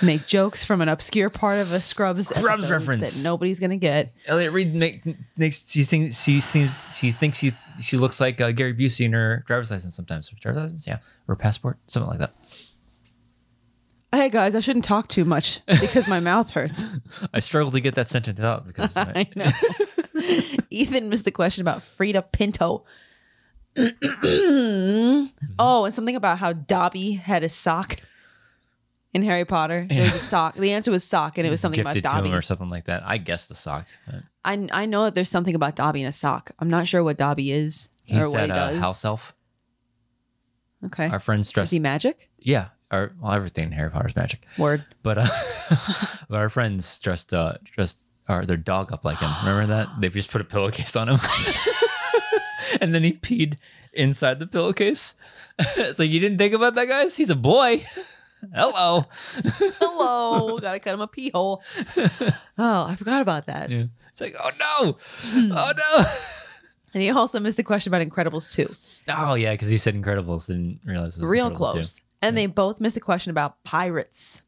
Speaker 2: Make jokes from an obscure part of a Scrubs,
Speaker 1: Scrubs
Speaker 2: episode
Speaker 1: reference.
Speaker 2: that nobody's gonna get.
Speaker 1: Elliot Oh, Reed make, makes she thinks she seems she thinks she she looks like uh, Gary Busey in her driver's license sometimes. Driver's license, yeah, or passport, something like that.
Speaker 2: Hey guys, I shouldn't talk too much because my mouth hurts.
Speaker 1: I struggled to get that sentence out because <laughs>
Speaker 2: <laughs> I know. <laughs> Ethan missed a question about Frida Pinto. <clears throat>
Speaker 1: Mm-hmm.
Speaker 2: oh, and something about how Dobby had a sock in Harry Potter. There
Speaker 1: <laughs>
Speaker 2: was a sock. The answer was sock, and it was something about
Speaker 1: gifted to
Speaker 2: Dobby.
Speaker 1: him or something like that. I guess the sock. but
Speaker 2: I I know that there's something about Dobby in a sock. I'm not sure what Dobby is
Speaker 1: He's
Speaker 2: or what
Speaker 1: that
Speaker 2: he
Speaker 1: uh,
Speaker 2: does.
Speaker 1: house elf.
Speaker 2: okay.
Speaker 1: Our friends
Speaker 2: Is
Speaker 1: dressed.
Speaker 2: he magic?
Speaker 1: yeah, our, well, everything in Harry Potter's magic.
Speaker 2: Word.
Speaker 1: But uh, <laughs> but our friends dressed uh, dressed our, their dog up like him. Remember that? They just put a pillowcase on him, <laughs> and then he peed inside the pillowcase. <laughs> it's like you didn't think about that, guys. He's a boy. <laughs> Hello. <laughs>
Speaker 2: Hello. Gotta cut him a pee hole. Oh, I forgot about that.
Speaker 1: Yeah. It's like oh no,
Speaker 2: Hmm.
Speaker 1: oh
Speaker 2: And he also missed the question about Incredibles 2.
Speaker 1: no, <laughs> oh yeah, because he said Incredibles. Didn't realize it was
Speaker 2: real
Speaker 1: Incredibles too.
Speaker 2: close. And they both missed a question about pirates.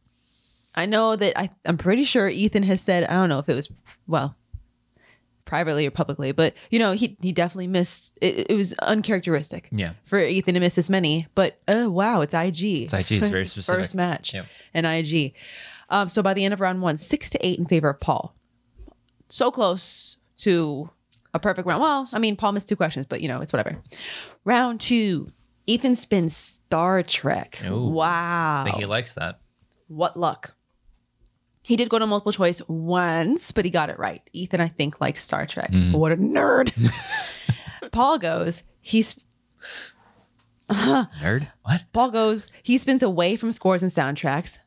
Speaker 2: I know that I, I'm pretty sure Ethan has said, I don't know if it was, well, privately or publicly, but you know, he, he definitely missed, it, it was uncharacteristic
Speaker 1: Yeah.
Speaker 2: for Ethan to miss this many, but oh, wow, it's IG.
Speaker 1: It's IG, it's very
Speaker 2: his
Speaker 1: specific.
Speaker 2: First match
Speaker 1: Yep.
Speaker 2: and IG. Um, so by the end of round one, six to eight in favor of Paul. So close to a perfect round. Well, I mean, Paul missed two questions, but you know, it's whatever. Round two, Ethan spins Star Trek.
Speaker 1: Ooh. I
Speaker 2: Wow.
Speaker 1: think he likes that.
Speaker 2: What luck. He did go to multiple choice once, but he got it right. Ethan, I think, likes Star Trek.
Speaker 1: Mm.
Speaker 2: What a nerd. <laughs> Paul goes, he's
Speaker 1: Nerd. What?
Speaker 2: Paul goes, he spins away from scores and soundtracks.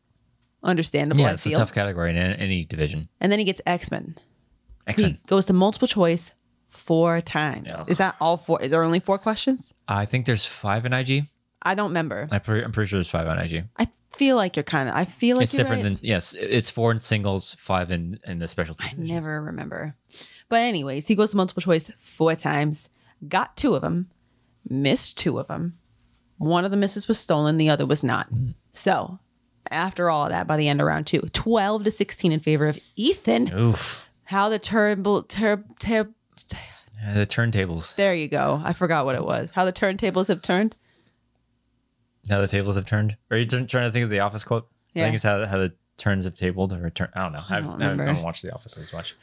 Speaker 2: Understandable,
Speaker 1: Yeah,
Speaker 2: I
Speaker 1: it's a
Speaker 2: feel.
Speaker 1: tough category in any division.
Speaker 2: and then he gets X-Men.
Speaker 1: Excellent.
Speaker 2: He goes to multiple choice four times.
Speaker 1: Ugh.
Speaker 2: Is that all four? Is there only four questions?
Speaker 1: I think there's five in IG.
Speaker 2: I don't remember.
Speaker 1: I pre- I'm pretty sure there's five on IG.
Speaker 2: I feel like you're kind of. I feel like
Speaker 1: it's
Speaker 2: you're
Speaker 1: different
Speaker 2: right.
Speaker 1: than yes, it's four in singles, five in in the specialty. divisions.
Speaker 2: I never remember. But anyways, he goes to multiple choice four times. Got two of them. Missed two of them. One of the misses was stolen. The other was not.
Speaker 1: Mm.
Speaker 2: So after all of that, by the end of round two, 12 to 16 in favor of Ethan.
Speaker 1: Oof.
Speaker 2: How the terrible, ter- ter-
Speaker 1: Yeah, the turntables.
Speaker 2: there you go. I forgot what it was. How the turntables have turned.
Speaker 1: Now the tables have turned. Are you tr- trying to think of the office quote? I
Speaker 2: Yeah.
Speaker 1: think it's how, how the turns have tabled or turn. I don't know. I,
Speaker 2: don't
Speaker 1: don't I,
Speaker 2: remember.
Speaker 1: don't watch the office as much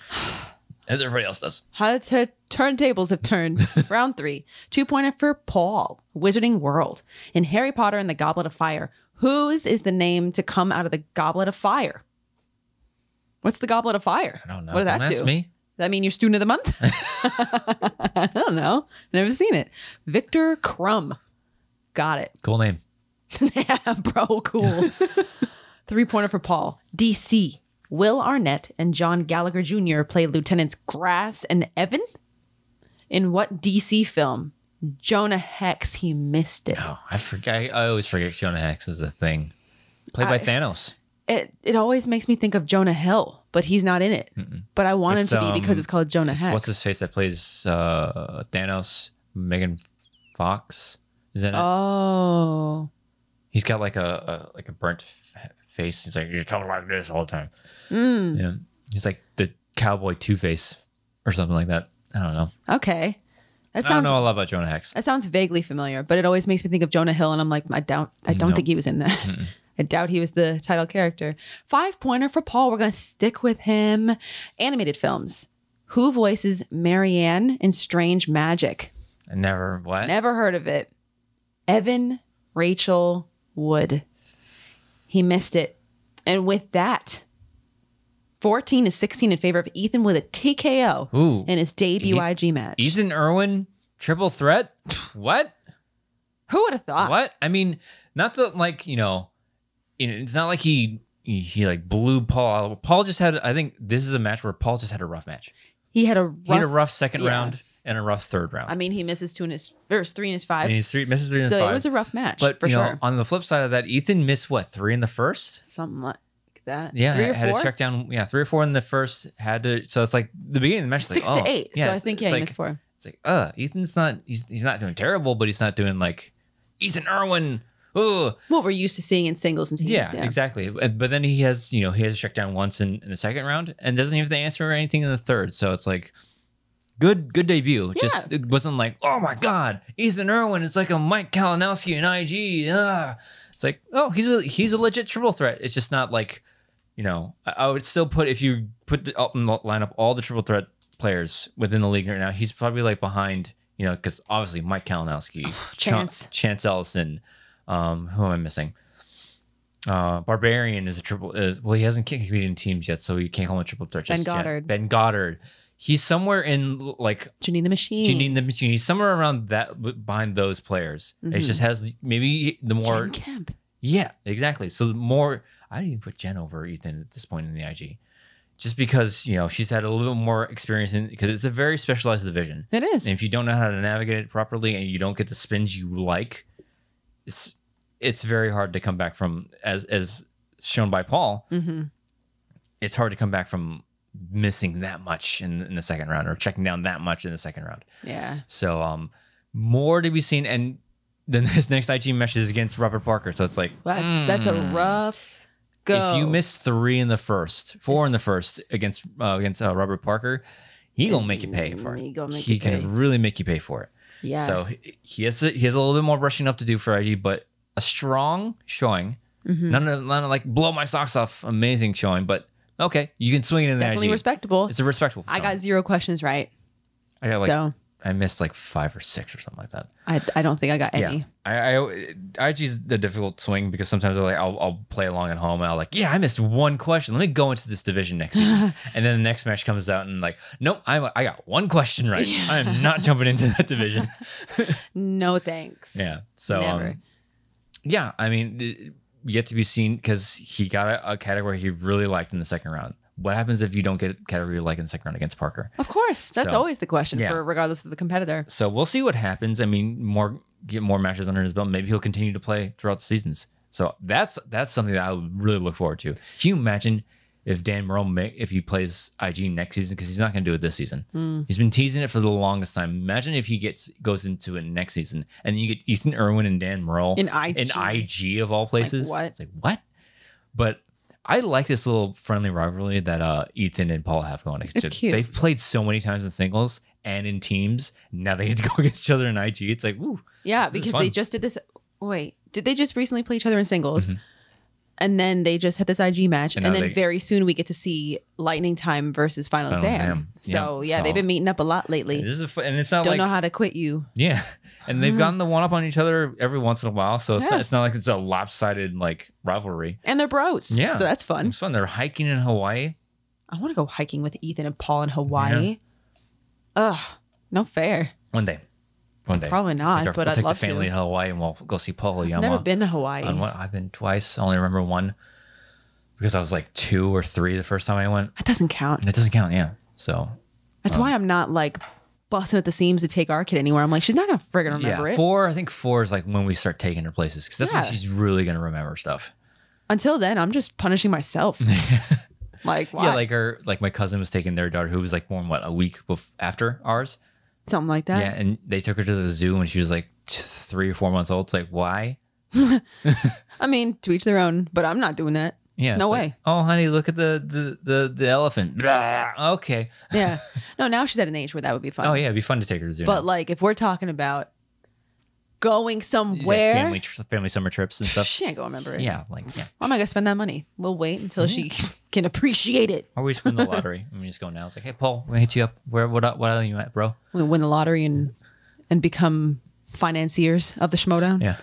Speaker 1: as everybody else does.
Speaker 2: How the tur- turntables have turned.
Speaker 1: <laughs>
Speaker 2: Round three. Two pointer for Paul, Wizarding World, in Harry Potter and the Goblet of Fire. Whose is the name to come out of the Goblet of Fire? What's the Goblet of Fire?
Speaker 1: I don't know.
Speaker 2: What does
Speaker 1: don't
Speaker 2: that
Speaker 1: ask
Speaker 2: do?
Speaker 1: me.
Speaker 2: Does that mean you're student of
Speaker 1: <laughs>
Speaker 2: the month? <laughs> I don't know. Never seen it. Victor Crumb. Got it.
Speaker 1: Cool name.
Speaker 2: yeah, <laughs> bro, cool. Three pointer for Paul. DC. Will Arnett and John Gallagher Jr. play Lieutenants Grass and Evan? In what DC film? Jonah Hex, he missed it.
Speaker 1: Oh, I forget. I always forget Jonah Hex was a thing. Played by
Speaker 2: I-
Speaker 1: Thanos.
Speaker 2: It it always makes me think of Jonah Hill, but he's not in it. But I want
Speaker 1: It's,
Speaker 2: him to be because
Speaker 1: um,
Speaker 2: it's called Jonah
Speaker 1: It's-
Speaker 2: Hex.
Speaker 1: what's his face that plays uh, Thanos? Megan Fox is that it?
Speaker 2: oh.
Speaker 1: He's got like a, a like a burnt f- face. He's like, you're talking like this all the time.
Speaker 2: Mm.
Speaker 1: Yeah. He's like the cowboy Two Face or something like that. I don't know.
Speaker 2: Okay.
Speaker 1: I
Speaker 2: That
Speaker 1: don't
Speaker 2: sounds
Speaker 1: know a lot about Jonah Hex.
Speaker 2: That sounds vaguely familiar, but it always makes me think of Jonah Hill, and I'm like, I doubt, I don't
Speaker 1: No.
Speaker 2: think he was in that. <laughs> I doubt he was the title character. Five pointer for Paul. We're gonna stick with him. Animated films. Who voices Marianne in Strange Magic?
Speaker 1: I never what?
Speaker 2: Never heard of it. Evan Rachel Wood. He missed it. And with that, 14 to 16 in favor of Ethan with a TKO
Speaker 1: Ooh.
Speaker 2: in his debut
Speaker 1: Eth-
Speaker 2: IG match.
Speaker 1: Ethan Irwin, triple threat? What?
Speaker 2: Who would have thought?
Speaker 1: What? I mean, not that like, you know, you know, it's not like he he, he like blew Paul. Paul just had I think this is a match where Paul just had a rough match.
Speaker 2: He had a rough,
Speaker 1: He had a rough second
Speaker 2: yeah.
Speaker 1: round and a rough third round.
Speaker 2: I mean, he misses two in his or it's three in his
Speaker 1: I
Speaker 2: five.
Speaker 1: mean, he's three, misses three and
Speaker 2: so
Speaker 1: five.
Speaker 2: it was a rough match
Speaker 1: but
Speaker 2: for
Speaker 1: you
Speaker 2: sure.
Speaker 1: know, on the flip side of that, Ethan missed what three in the first.
Speaker 2: Something like that.
Speaker 1: Yeah,
Speaker 2: three or
Speaker 1: had
Speaker 2: four.
Speaker 1: to check down. Yeah, three or four in the first. Had to. So it's like the beginning of the match. is like,
Speaker 2: Six
Speaker 1: oh,
Speaker 2: to eight.
Speaker 1: Yeah,
Speaker 2: so I
Speaker 1: it's-
Speaker 2: think yeah,
Speaker 1: it's
Speaker 2: he
Speaker 1: like,
Speaker 2: missed four.
Speaker 1: It's like, uh, Ethan's not. He's he's not doing terrible, but he's not doing like Ethan Irwin. Ugh.
Speaker 2: What we're used to seeing in singles and teams.
Speaker 1: Yeah, exactly. And- But then he has, you know, he has a check down once in, in the second round and doesn't even have to answer anything in the third. So it's like good good debut. Just it wasn't like, oh my God, Ethan Irwin is like a Mike Kalinowski in IG. Ah. It's like, oh, he's a he's a legit triple threat. It's just not like, you know, I, I would still put if you put the up and line up all the triple threat players within the league right now, he's probably like behind, you know, because obviously Mike Kalinowski, Chan-
Speaker 2: <sighs> Chance.
Speaker 1: Chance Ellison, um, who am I missing? Uh, Barbarian is a triple. Is, well, he hasn't competed in teams yet, so you can't call him a triple threat.
Speaker 2: Ben
Speaker 1: just yet.
Speaker 2: Goddard.
Speaker 1: Ben Goddard. He's somewhere in like
Speaker 2: Janine the Machine.
Speaker 1: Janine the Machine. He's somewhere around that behind those players. It
Speaker 2: Mhm.
Speaker 1: just has maybe the more.
Speaker 2: Jen Kemp.
Speaker 1: Yeah, exactly. So the more I didn't even put Jen over Ethan at this point in the IG, just because you know she's had a little more experience in because it's a very specialized division.
Speaker 2: It is.
Speaker 1: And if you don't know how to navigate it properly and you don't get the spins you like, it's it's very hard to come back from as as shown by Paul.
Speaker 2: hmm
Speaker 1: It's hard to come back from missing that much in, in the second round or checking down that much in the second round.
Speaker 2: Yeah.
Speaker 1: So um more to be seen and then <laughs> this next IG mesh is against Robert Parker. So it's like
Speaker 2: That's that's a
Speaker 1: mm.
Speaker 2: rough go.
Speaker 1: If you miss three in the first, four in the first against uh, against uh, Robert Parker, he gonna make you pay for it.
Speaker 2: He gonna make
Speaker 1: he
Speaker 2: you
Speaker 1: can
Speaker 2: pay.
Speaker 1: really make you pay for it.
Speaker 2: yeah.
Speaker 1: So he- he has he has a little bit more brushing up to do for IG, but a strong showing.
Speaker 2: Mhm.
Speaker 1: None of none of like blow my socks off, amazing showing. But okay, you can swing it in the
Speaker 2: definitely
Speaker 1: IG.
Speaker 2: respectable.
Speaker 1: it's a respectful.
Speaker 2: I
Speaker 1: showing.
Speaker 2: got zero questions right,
Speaker 1: I got like
Speaker 2: so
Speaker 1: I missed like five or six or something like that.
Speaker 2: I I don't think I got any.
Speaker 1: Yeah, I, I IG's the difficult swing because sometimes I like I'll, I'll play along at home and I'll like yeah I missed one question. Let me go into this division next
Speaker 2: <laughs>
Speaker 1: season, and then the next match comes out and like nope I I got one question right.
Speaker 2: <laughs> Yeah.
Speaker 1: I am not jumping into that division.
Speaker 2: <laughs> No thanks.
Speaker 1: Yeah. So,
Speaker 2: Never.
Speaker 1: um, yeah, I mean, th- yet to be seen because he got a, a category he really liked in the second round. What happens if you don't get a category you like in the second round against Parker?
Speaker 2: Of course, that's
Speaker 1: So,
Speaker 2: always the question
Speaker 1: yeah.
Speaker 2: for regardless of the competitor.
Speaker 1: So we'll see what happens. I mean, more get more matches under his belt. Maybe he'll continue to play throughout the seasons. So that's that's something that I would really look forward to. Can you imagine if Dan Morrell make, if he plays IG next season because he's not going to do it this season.
Speaker 2: Mm-hmm.
Speaker 1: He's been teasing it for the longest time. Imagine if he gets goes into it next season and you get Ethan Irwin and Dan Morrell
Speaker 2: In IG.
Speaker 1: in IG of all places.
Speaker 2: what?
Speaker 1: It's like what? But I like this little friendly rivalry that uh, Ethan and Paul have going.
Speaker 2: It's cute.
Speaker 1: They've played so many times in singles and in teams. Now they get to go <laughs> against each other in IG. It's like, ooh,
Speaker 2: Yeah,
Speaker 1: This is
Speaker 2: because they
Speaker 1: fun.
Speaker 2: just did this. Wait, did they just recently play each other in singles? And then they just had this IG match,
Speaker 1: Mm-hmm. And
Speaker 2: and,
Speaker 1: now
Speaker 2: then
Speaker 1: they-
Speaker 2: very soon we get to see Lightning Time versus Final,
Speaker 1: Final
Speaker 2: Exam.
Speaker 1: Exam.
Speaker 2: So
Speaker 1: Yeah,
Speaker 2: yeah,
Speaker 1: so-
Speaker 2: they've been meeting up a lot lately.
Speaker 1: this is a, fu- and it's not
Speaker 2: Don't
Speaker 1: like
Speaker 2: know how to quit you.
Speaker 1: yeah, and they've gotten the one up on each other every once in a while. So it's,
Speaker 2: Yeah.
Speaker 1: not, it's not like it's a lopsided like rivalry.
Speaker 2: And they're bros.
Speaker 1: Yeah.
Speaker 2: So that's fun.
Speaker 1: It's fun. They're hiking in Hawaii.
Speaker 2: I want to go hiking with Ethan and Paul in Hawaii. Ugh, no fair.
Speaker 1: One day, one day.
Speaker 2: Probably
Speaker 1: Take
Speaker 2: not,
Speaker 1: our-
Speaker 2: but
Speaker 1: we'll
Speaker 2: I'd
Speaker 1: take
Speaker 2: love
Speaker 1: the family
Speaker 2: to.
Speaker 1: to Hawaii and we'll go see Paul
Speaker 2: I've
Speaker 1: Yama.
Speaker 2: never been to Hawaii.
Speaker 1: on one. I've been twice. I only remember one because I was like two or three the first time I went.
Speaker 2: That doesn't count.
Speaker 1: That doesn't count. Yeah. So
Speaker 2: That's why
Speaker 1: Um,
Speaker 2: I'm not like busting at the seams to take our kid anywhere. I'm like, she's not gonna friggin' remember
Speaker 1: yeah,
Speaker 2: it.
Speaker 1: four. I think four is like when we start taking her places because that's when
Speaker 2: Yeah.
Speaker 1: she's really gonna remember stuff.
Speaker 2: Until then, I'm just
Speaker 1: <laughs>
Speaker 2: punishing myself. like, why?
Speaker 1: Yeah, like her, like my cousin was taking their daughter who was like born what a week bef- after ours.
Speaker 2: something like
Speaker 1: Yeah.
Speaker 2: that.
Speaker 1: and they took her to the zoo when she was like t- three or four months old. It's like why?
Speaker 2: I mean, to each their own, but I'm not
Speaker 1: <laughs>
Speaker 2: doing that.
Speaker 1: Yeah,
Speaker 2: No
Speaker 1: it's like,
Speaker 2: way.
Speaker 1: oh, honey, look at the the the, the elephant. <laughs> Blah. okay.
Speaker 2: Yeah. no, now she's at an age where that would be fun.
Speaker 1: Oh yeah, it'd be fun to take her to the zoo.
Speaker 2: But
Speaker 1: now.
Speaker 2: like, if we're talking about going
Speaker 1: Like
Speaker 2: somewhere,
Speaker 1: family tr- family summer trips and stuff.
Speaker 2: she ain't gonna remember it.
Speaker 1: yeah, Mm-hmm. like yeah.
Speaker 2: Why am I gonna spend that money? We'll wait until she <laughs> can appreciate it.
Speaker 1: Or we just win the lottery. and we just go now. It's like, hey, Paul, we hit you up. Where, what, what are you at, bro?
Speaker 2: We win the lottery and and become financiers of the Schmodown. <laughs>
Speaker 1: Yeah.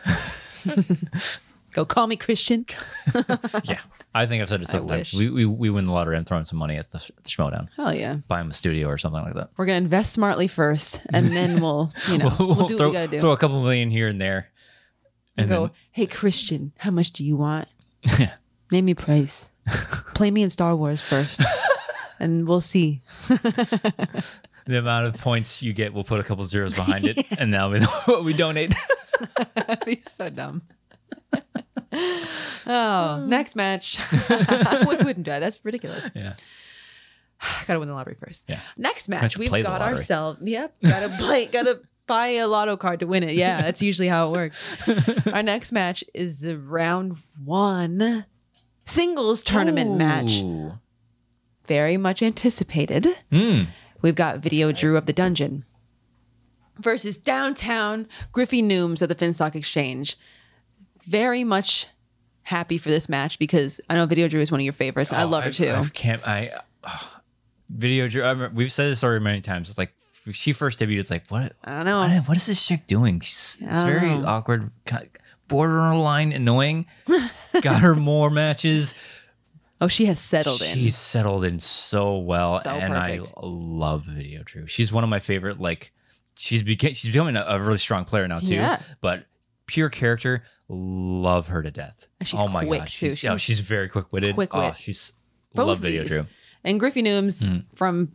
Speaker 2: Go call me Christian.
Speaker 1: yeah. I think I've said it several
Speaker 2: wish.
Speaker 1: times. We, we, we win the lottery. I'm throwing some money at the, sh- the Schmodown.
Speaker 2: Hell yeah.
Speaker 1: Buy him a studio or something like that.
Speaker 2: We're gonna invest smartly first,
Speaker 1: <laughs>
Speaker 2: and then we'll, you know, we'll, do
Speaker 1: throw,
Speaker 2: what we gotta do.
Speaker 1: throw a couple million here and there. And
Speaker 2: go, hey Christian, how much do you
Speaker 1: <laughs>
Speaker 2: want?
Speaker 1: then,
Speaker 2: Name me
Speaker 1: <laughs>
Speaker 2: a price. Play me in Star Wars first, and we'll see.
Speaker 1: the amount of points you get, we'll put a couple zeros behind
Speaker 2: <laughs>
Speaker 1: it, and that'll be <laughs> what we donate.
Speaker 2: That'd be so dumb. <laughs> oh, next match. <laughs> we wouldn't do that. That's ridiculous.
Speaker 1: yeah.
Speaker 2: <sighs> gotta win the lottery first.
Speaker 1: Yeah.
Speaker 2: Next
Speaker 1: have
Speaker 2: match,
Speaker 1: to
Speaker 2: we've
Speaker 1: play the
Speaker 2: got
Speaker 1: lottery.
Speaker 2: ourselves. Yep.
Speaker 1: <laughs>
Speaker 2: Gotta play. gotta buy a lotto card to win it. Yeah, that's usually how it works.
Speaker 1: <laughs>
Speaker 2: Our next match is the round one singles tournament match.
Speaker 1: Ooh.
Speaker 2: Very much anticipated.
Speaker 1: Mm.
Speaker 2: We've got Video Drew of the Dungeon versus Downtown Griffey Nooms of the Finstock Exchange. Very much happy for this match because I know Video Drew is one of your favorites. I
Speaker 1: Oh,
Speaker 2: love her too.
Speaker 1: I can't. I oh, video. Drew- I remember, we've said this already many times. It's like she first debuted. It's like what?
Speaker 2: I don't know.
Speaker 1: what- what is this chick doing? She's, it's
Speaker 2: I don't
Speaker 1: very
Speaker 2: know.
Speaker 1: awkward, kind borderline
Speaker 2: <laughs>
Speaker 1: annoying. Got her more matches.
Speaker 2: oh, she has settled in.
Speaker 1: She's settled in so well,
Speaker 2: So
Speaker 1: and
Speaker 2: perfect.
Speaker 1: I love Video Drew. She's one of my favorite. Like she's beca- she's becoming a, a really strong player now too.
Speaker 2: Yeah.
Speaker 1: But pure character, love her to death.
Speaker 2: And she's
Speaker 1: oh my
Speaker 2: quick,
Speaker 1: gosh,
Speaker 2: too.
Speaker 1: she's, oh,
Speaker 2: She's
Speaker 1: she's very quick witted.
Speaker 2: quick
Speaker 1: Oh,
Speaker 2: wit.
Speaker 1: she's
Speaker 2: Both
Speaker 1: love Video
Speaker 2: these.
Speaker 1: Drew.
Speaker 2: And Griffey Nooms from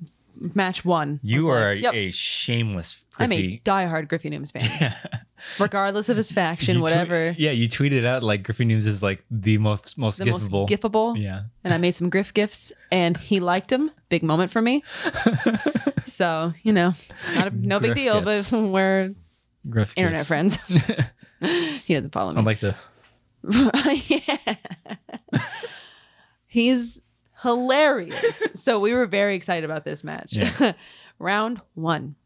Speaker 2: match one. I was
Speaker 1: Hmm. You are
Speaker 2: like, yep,
Speaker 1: a shameless.
Speaker 2: I'm a
Speaker 1: Griffey.
Speaker 2: diehard Griffey Nooms fan.
Speaker 1: <laughs>
Speaker 2: Regardless of his
Speaker 1: You
Speaker 2: faction,
Speaker 1: twe-
Speaker 2: whatever.
Speaker 1: yeah, you tweeted out like Griffey News is like the most most
Speaker 2: the
Speaker 1: giftable.
Speaker 2: most giftable.
Speaker 1: yeah.
Speaker 2: And I made some Griff gifts and he liked them. Big moment
Speaker 1: <laughs>
Speaker 2: for me. so, you know, not a, no big
Speaker 1: Griff
Speaker 2: deal,
Speaker 1: gifts.
Speaker 2: but <laughs> we're
Speaker 1: Griff
Speaker 2: internet
Speaker 1: gifts. <laughs>
Speaker 2: friends. he doesn't follow me.
Speaker 1: I'm like the
Speaker 2: <laughs> yeah. He's hilarious. so we were very excited about this match.
Speaker 1: Yeah.
Speaker 2: <laughs> Round one.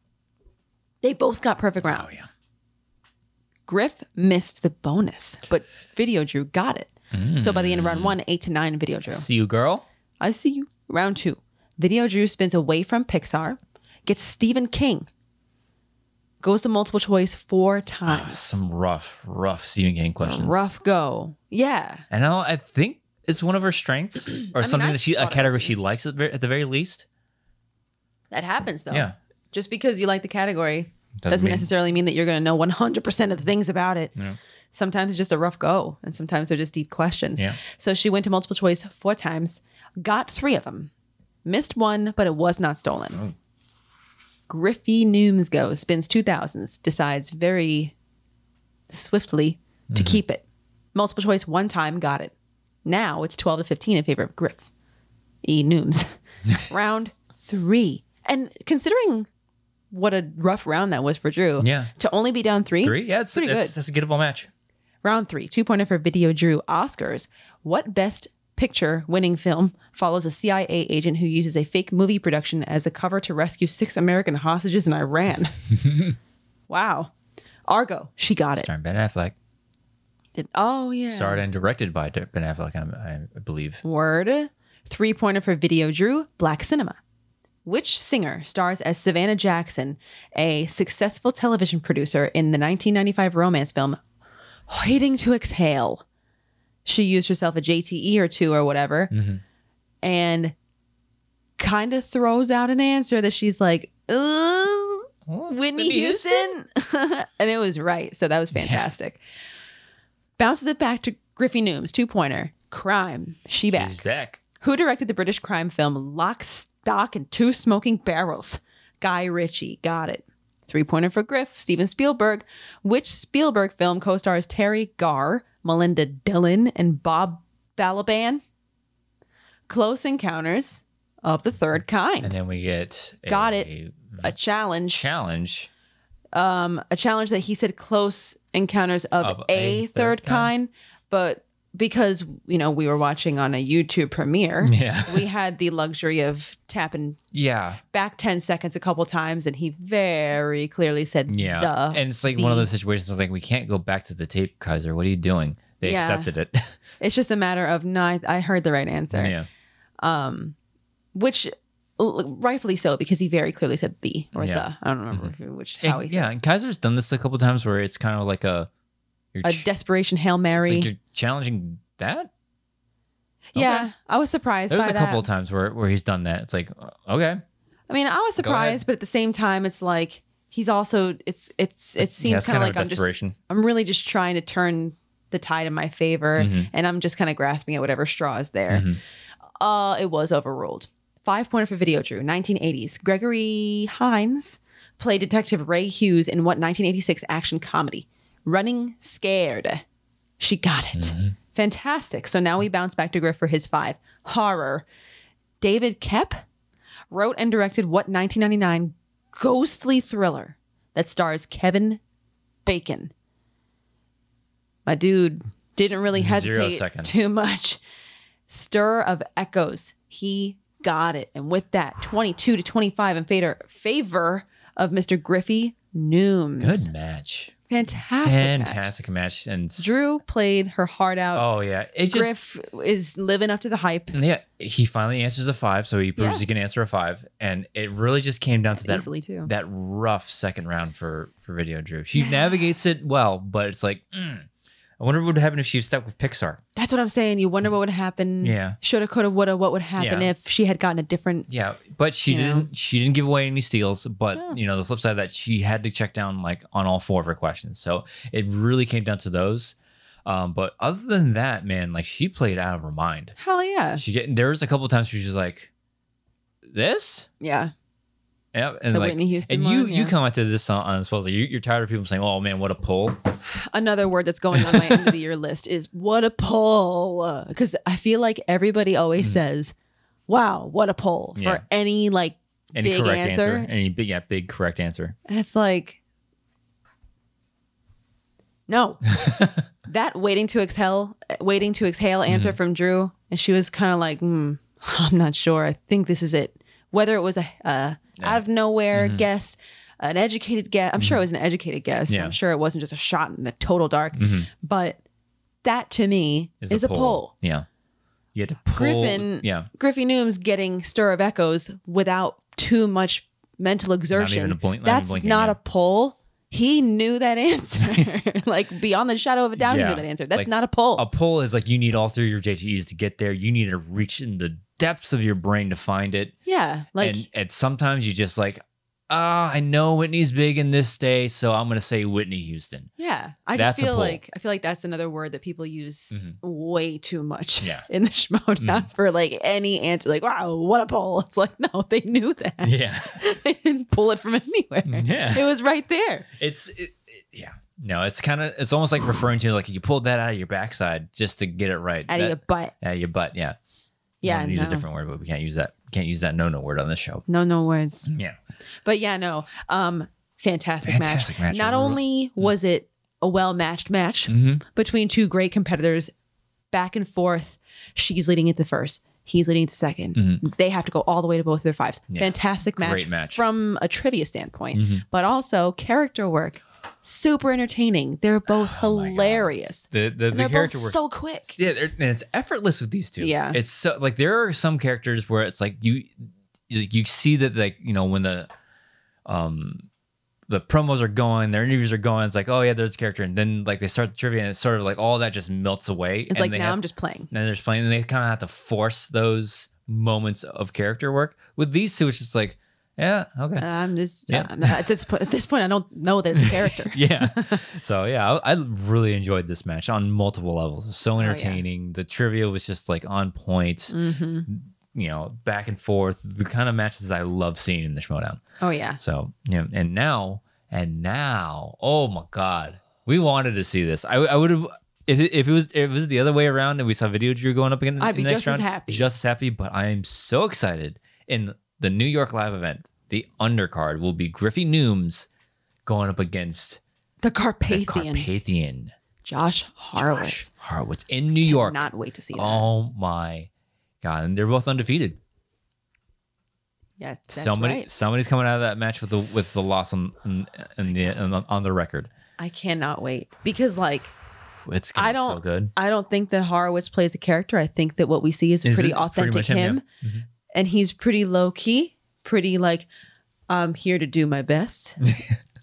Speaker 2: They both got
Speaker 1: Oh,
Speaker 2: perfect rounds. Griff missed the bonus, but Video Drew got it.
Speaker 1: mm.
Speaker 2: So by the end of
Speaker 1: Hmm.
Speaker 2: round one, eight to nine, Video Drew.
Speaker 1: see you girl.
Speaker 2: I see you. Round two. Video Drew spins away from Pixar, gets Stephen King, goes to multiple choice four times.
Speaker 1: Some rough, rough Stephen King <sighs> questions.
Speaker 2: Rough go. Yeah.
Speaker 1: And I'll, I think it's one of her
Speaker 2: <clears throat>
Speaker 1: strengths or
Speaker 2: I
Speaker 1: something
Speaker 2: thought
Speaker 1: that she a
Speaker 2: about it.
Speaker 1: category she likes at the, very, at the very least.
Speaker 2: That happens though.
Speaker 1: Yeah.
Speaker 2: Just because you like the category doesn't,
Speaker 1: Doesn't mean-
Speaker 2: necessarily mean that you're going to know 100% of the things about it.
Speaker 1: Yeah.
Speaker 2: Sometimes it's just a rough go, and sometimes they're just deep questions.
Speaker 1: Yeah.
Speaker 2: So she went to multiple choice four times, got three of them, missed one, but it was not stolen.
Speaker 1: Oh.
Speaker 2: Griffey Nooms goes, spins 2000s, decides very swiftly to
Speaker 1: Mm-hmm.
Speaker 2: keep it. Multiple choice one time, got it. Now it's 12 to 15 in favor of Griff. E Nooms. round three. And considering what a rough round that was for Drew,
Speaker 1: Yeah.
Speaker 2: to only be down three,
Speaker 1: Three? Yeah, it's
Speaker 2: pretty
Speaker 1: it's-
Speaker 2: good.
Speaker 1: That's a gettable match.
Speaker 2: Round three, two pointer for Video Drew Oscars. What best picture winning film follows a CIA agent who uses a fake movie production as a cover to rescue six American hostages in Iran? wow. Argo, she got it.
Speaker 1: Starring Ben Affleck.
Speaker 2: Did- oh, yeah.
Speaker 1: Starred and directed by Ben Affleck, I, I believe.
Speaker 2: Word. Three pointer for Video Drew Black Cinema. Which singer stars as Savannah Jackson, a successful television producer in the 1995 romance film Waiting to Exhale? She used herself a JTE E or two or whatever and kind of throws out an answer that she's like, "Uh, Whitney Houston. <laughs> and it was right. So that was fantastic. Bounces it back to Griffey Nooms, two pointer. Crime. She back.
Speaker 1: She's back.
Speaker 2: Who directed the British crime film Lock, Stock, and Two Smoking Barrels? Guy Ritchie. Got it. Three pointer for Griff, Steven Spielberg. Which Spielberg film co stars Terry Garr, Melinda Dillon, and Bob Balaban? Close Encounters of the Third Kind.
Speaker 1: And then we get a
Speaker 2: Got it. a challenge
Speaker 1: challenge.
Speaker 2: um, a challenge that he said close encounters of,
Speaker 1: Of
Speaker 2: a, third, kind, but because you know we were watching on a
Speaker 1: <laughs>
Speaker 2: YouTube premiere,
Speaker 1: Yeah.
Speaker 2: we had the luxury of tapping
Speaker 1: Yeah.
Speaker 2: back ten seconds a couple times, and he very clearly said,
Speaker 1: Yeah.
Speaker 2: "Duh."
Speaker 1: and it's like one of those situations where like we can't go back to the tape, Kaiser. What are you doing? They
Speaker 2: Yeah.
Speaker 1: accepted
Speaker 2: <laughs>
Speaker 1: it.
Speaker 2: it's just a matter of no, I, I heard the right answer, Um,
Speaker 1: yeah.
Speaker 2: which l- rightfully so because he very clearly said the or
Speaker 1: Yeah.
Speaker 2: the. I don't remember which
Speaker 1: And-
Speaker 2: how he said
Speaker 1: yeah. And Kaiser's done this a couple times where it's kind of like a you're,
Speaker 2: a
Speaker 1: ch- it's
Speaker 2: desperation hail mary.
Speaker 1: like you're challenging that.
Speaker 2: Yeah,
Speaker 1: okay.
Speaker 2: I was surprised.
Speaker 1: There's
Speaker 2: by
Speaker 1: a couple of
Speaker 2: that.
Speaker 1: times where, where he's done that. It's like uh, okay,
Speaker 2: I mean, I was
Speaker 1: Go ahead.
Speaker 2: surprised, but at the same time, it's like he's also it's it's it
Speaker 1: yeah,
Speaker 2: seems
Speaker 1: it's
Speaker 2: kind of
Speaker 1: a
Speaker 2: like I'm just
Speaker 1: desperation.
Speaker 2: I'm really just trying to turn the tide in my favor,
Speaker 1: Mhm. Mm-hmm.
Speaker 2: and I'm just kind of grasping at whatever straw is there.
Speaker 1: Mhm.
Speaker 2: Uh, it was overruled. Five pointer for video, Drew, 1980s. Gregory Hines played Detective Ray Hughes in what 1986 action comedy? Running Scared. She got it.
Speaker 1: Mm-hmm.
Speaker 2: Fantastic. So now we bounce back to Griff for his five. Horror. David Kep wrote and directed what 1999 ghostly thriller that stars Kevin Bacon? My dude didn't really
Speaker 1: Zero
Speaker 2: hesitate
Speaker 1: seconds.
Speaker 2: too much. Stir of Echoes. He got it. And with that, 22 to 25 in favor, favor of Mr. Griffey Nooms.
Speaker 1: Good match.
Speaker 2: Fantastic. match.
Speaker 1: Fantastic match. And s-
Speaker 2: Drew played her heart out.
Speaker 1: Oh yeah. It just
Speaker 2: Griff is living up to the hype.
Speaker 1: yeah, he finally answers a five, so he proves
Speaker 2: Yeah.
Speaker 1: he can answer a five. And it really just came down to that
Speaker 2: easily too.
Speaker 1: that rough second round for for video Drew. She navigates it well, but it's like mm, I wonder what would happen if she was stuck with Pixar.
Speaker 2: That's what I'm saying. You wonder what would happen.
Speaker 1: Yeah.
Speaker 2: Shoulda, coulda, woulda. What would happen
Speaker 1: Yeah.
Speaker 2: if she had gotten a different?
Speaker 1: Yeah, but she
Speaker 2: You know?
Speaker 1: didn't. She didn't give away any steals. But
Speaker 2: Yeah.
Speaker 1: you know, the flip side of that she had to check down like on all four of her questions. So it really came down to those. Um, but other than that, man, like she played out of her mind.
Speaker 2: Hell yeah.
Speaker 1: She get there was a couple times she was just like, "This."
Speaker 2: Yeah.
Speaker 1: Yep, and
Speaker 2: the
Speaker 1: like,
Speaker 2: Whitney Houston
Speaker 1: and you
Speaker 2: one.
Speaker 1: you
Speaker 2: yeah.
Speaker 1: commented this on, on as well. Like you, you're tired of people saying, "Oh man, what a pull."
Speaker 2: Another word that's going on my end of the year <laughs> list is what a pull. Because I feel like everybody always
Speaker 1: Mm.
Speaker 2: says, "Wow, what a pull" for
Speaker 1: Yeah.
Speaker 2: any like,
Speaker 1: Any
Speaker 2: Big
Speaker 1: correct answer.
Speaker 2: answer.
Speaker 1: Any big yeah, big correct answer.
Speaker 2: and it's like, <laughs> no. that waiting to exhale, waiting to exhale answer from Drew, and she was kind of like, hmm, <laughs> I'm not sure. I think this is it. Whether it was a, a out of nowhere guess, an educated guess. I'm sure it was an educated guess.
Speaker 1: Yeah.
Speaker 2: I'm sure it wasn't just a shot in the total dark.
Speaker 1: Mhm.
Speaker 2: But that to me is, a, poll.
Speaker 1: Yeah. You had to pull.
Speaker 2: Griffin-
Speaker 1: Yeah.
Speaker 2: Griffey Noom's getting stir of echoes without too much mental exertion.
Speaker 1: a blink- not even
Speaker 2: That's
Speaker 1: blinking,
Speaker 2: not
Speaker 1: yeah.
Speaker 2: a poll. He knew that
Speaker 1: <laughs>
Speaker 2: answer, <laughs> like beyond the shadow of a doubt. He
Speaker 1: Yeah,
Speaker 2: knew that answer. That's
Speaker 1: like,
Speaker 2: not a poll.
Speaker 1: A pull is like you need all three of your JTEs to get there. You need to reach in the depths of your brain to find it.
Speaker 2: yeah, like
Speaker 1: and, and sometimes you just like, ah, I know Whitney's big in this day, so I'm gonna say Whitney
Speaker 2: <laughs>
Speaker 1: Houston.
Speaker 2: Yeah, I
Speaker 1: That's
Speaker 2: just
Speaker 1: a
Speaker 2: feel
Speaker 1: pull.
Speaker 2: like I feel like that's another word that people use
Speaker 1: Mhm.
Speaker 2: way too much
Speaker 1: Yeah.
Speaker 2: <laughs>
Speaker 1: Mm-hmm.
Speaker 2: in the schmodown for like any answer. Like, wow, what a poll! It's like, no, <laughs> they knew that.
Speaker 1: Yeah.
Speaker 2: <laughs>
Speaker 1: Mm,
Speaker 2: they didn't pull it from anywhere.
Speaker 1: Yeah.
Speaker 2: It was right there.
Speaker 1: It's it, it- yeah. No, it's kind of it's almost like referring to like you pulled that out of your backside just to get it right.
Speaker 2: Out
Speaker 1: That-
Speaker 2: of your butt.
Speaker 1: out of your butt. Yeah.
Speaker 2: Yeah,
Speaker 1: Wanted to use
Speaker 2: no.
Speaker 1: a different word, but we can't use that. Can't use that no no word on this show.
Speaker 2: No, no words.
Speaker 1: Yeah.
Speaker 2: But yeah, no. Um, fantastic,
Speaker 1: Fantastic match.
Speaker 2: match. Not
Speaker 1: Real-
Speaker 2: only was it a well-matched
Speaker 1: <laughs>
Speaker 2: match,
Speaker 1: Mm-hmm.
Speaker 2: between two great competitors back and forth. She's leading at the first. He's leading at the 2nd
Speaker 1: Mhm.
Speaker 2: They have to go all the way to both of their fives.
Speaker 1: Yeah.
Speaker 2: Fantastic match,
Speaker 1: Great match.
Speaker 2: from a trivia standpoint,
Speaker 1: Mhm.
Speaker 2: but also character work. Super entertaining. They're both
Speaker 1: Oh my God.
Speaker 2: hilarious.
Speaker 1: The the,
Speaker 2: And
Speaker 1: the
Speaker 2: they're
Speaker 1: character
Speaker 2: both
Speaker 1: work.
Speaker 2: so quick.
Speaker 1: yeah, they're- and it's effortless with these two.
Speaker 2: Yeah.
Speaker 1: it's so like there are some characters where it's like you you you see that like you know when the um the promos are going, their interviews are going. It's like oh yeah, there's a character, and then like they start the trivia, and it's sort of like all that just melts away.
Speaker 2: It's
Speaker 1: and
Speaker 2: like
Speaker 1: they
Speaker 2: now
Speaker 1: have-
Speaker 2: I'm just playing.
Speaker 1: and then there's playing, and they kind of have to force those moments of character work. With these two, it's just like yeah, okay.
Speaker 2: Uh, I'm just
Speaker 1: Yeah.
Speaker 2: um, at this point. At this point, I don't know that it's
Speaker 1: <laughs>
Speaker 2: a character.
Speaker 1: <laughs>
Speaker 2: <laughs>
Speaker 1: yeah. So yeah, I, I really enjoyed this match on multiple levels. It was so
Speaker 2: Oh, yeah.
Speaker 1: entertaining. The trivia was just like on point.
Speaker 2: hmm
Speaker 1: You know, back and forth. The kind of matches I love seeing in the Schmodown.
Speaker 2: Oh yeah,
Speaker 1: So yeah, and now and now, oh my god, we wanted to see this. I, I would have. If it, if it was if it was the other way around and we saw video Drew going up again, in the-
Speaker 2: I'd be
Speaker 1: in the next
Speaker 2: just as
Speaker 1: round,
Speaker 2: happy.
Speaker 1: Just as happy, but I am so excited. In the New York live event, the undercard will be Griffey Nooms going up against
Speaker 2: the Carpathian,
Speaker 1: the Carpathian.
Speaker 2: Josh
Speaker 1: Josh
Speaker 2: Harlowitz.
Speaker 1: Horowitz in New York.
Speaker 2: Not wait to see that.
Speaker 1: oh my god! And they're both undefeated.
Speaker 2: yeah, that's
Speaker 1: Somebody,
Speaker 2: right.
Speaker 1: somebody's coming out of that match with the with the loss on on, on the on, on the record.
Speaker 2: I cannot wait because like
Speaker 1: It's gonna
Speaker 2: I
Speaker 1: be so
Speaker 2: don't- <laughs>
Speaker 1: good.
Speaker 2: I don't think that Horowitz plays a character. I think that what we see is
Speaker 1: Is
Speaker 2: pretty
Speaker 1: it pretty
Speaker 2: authentic
Speaker 1: much
Speaker 2: him,
Speaker 1: him, yeah. Mhm.
Speaker 2: and he's pretty low key, pretty like I'm here to do my
Speaker 1: <laughs>
Speaker 2: best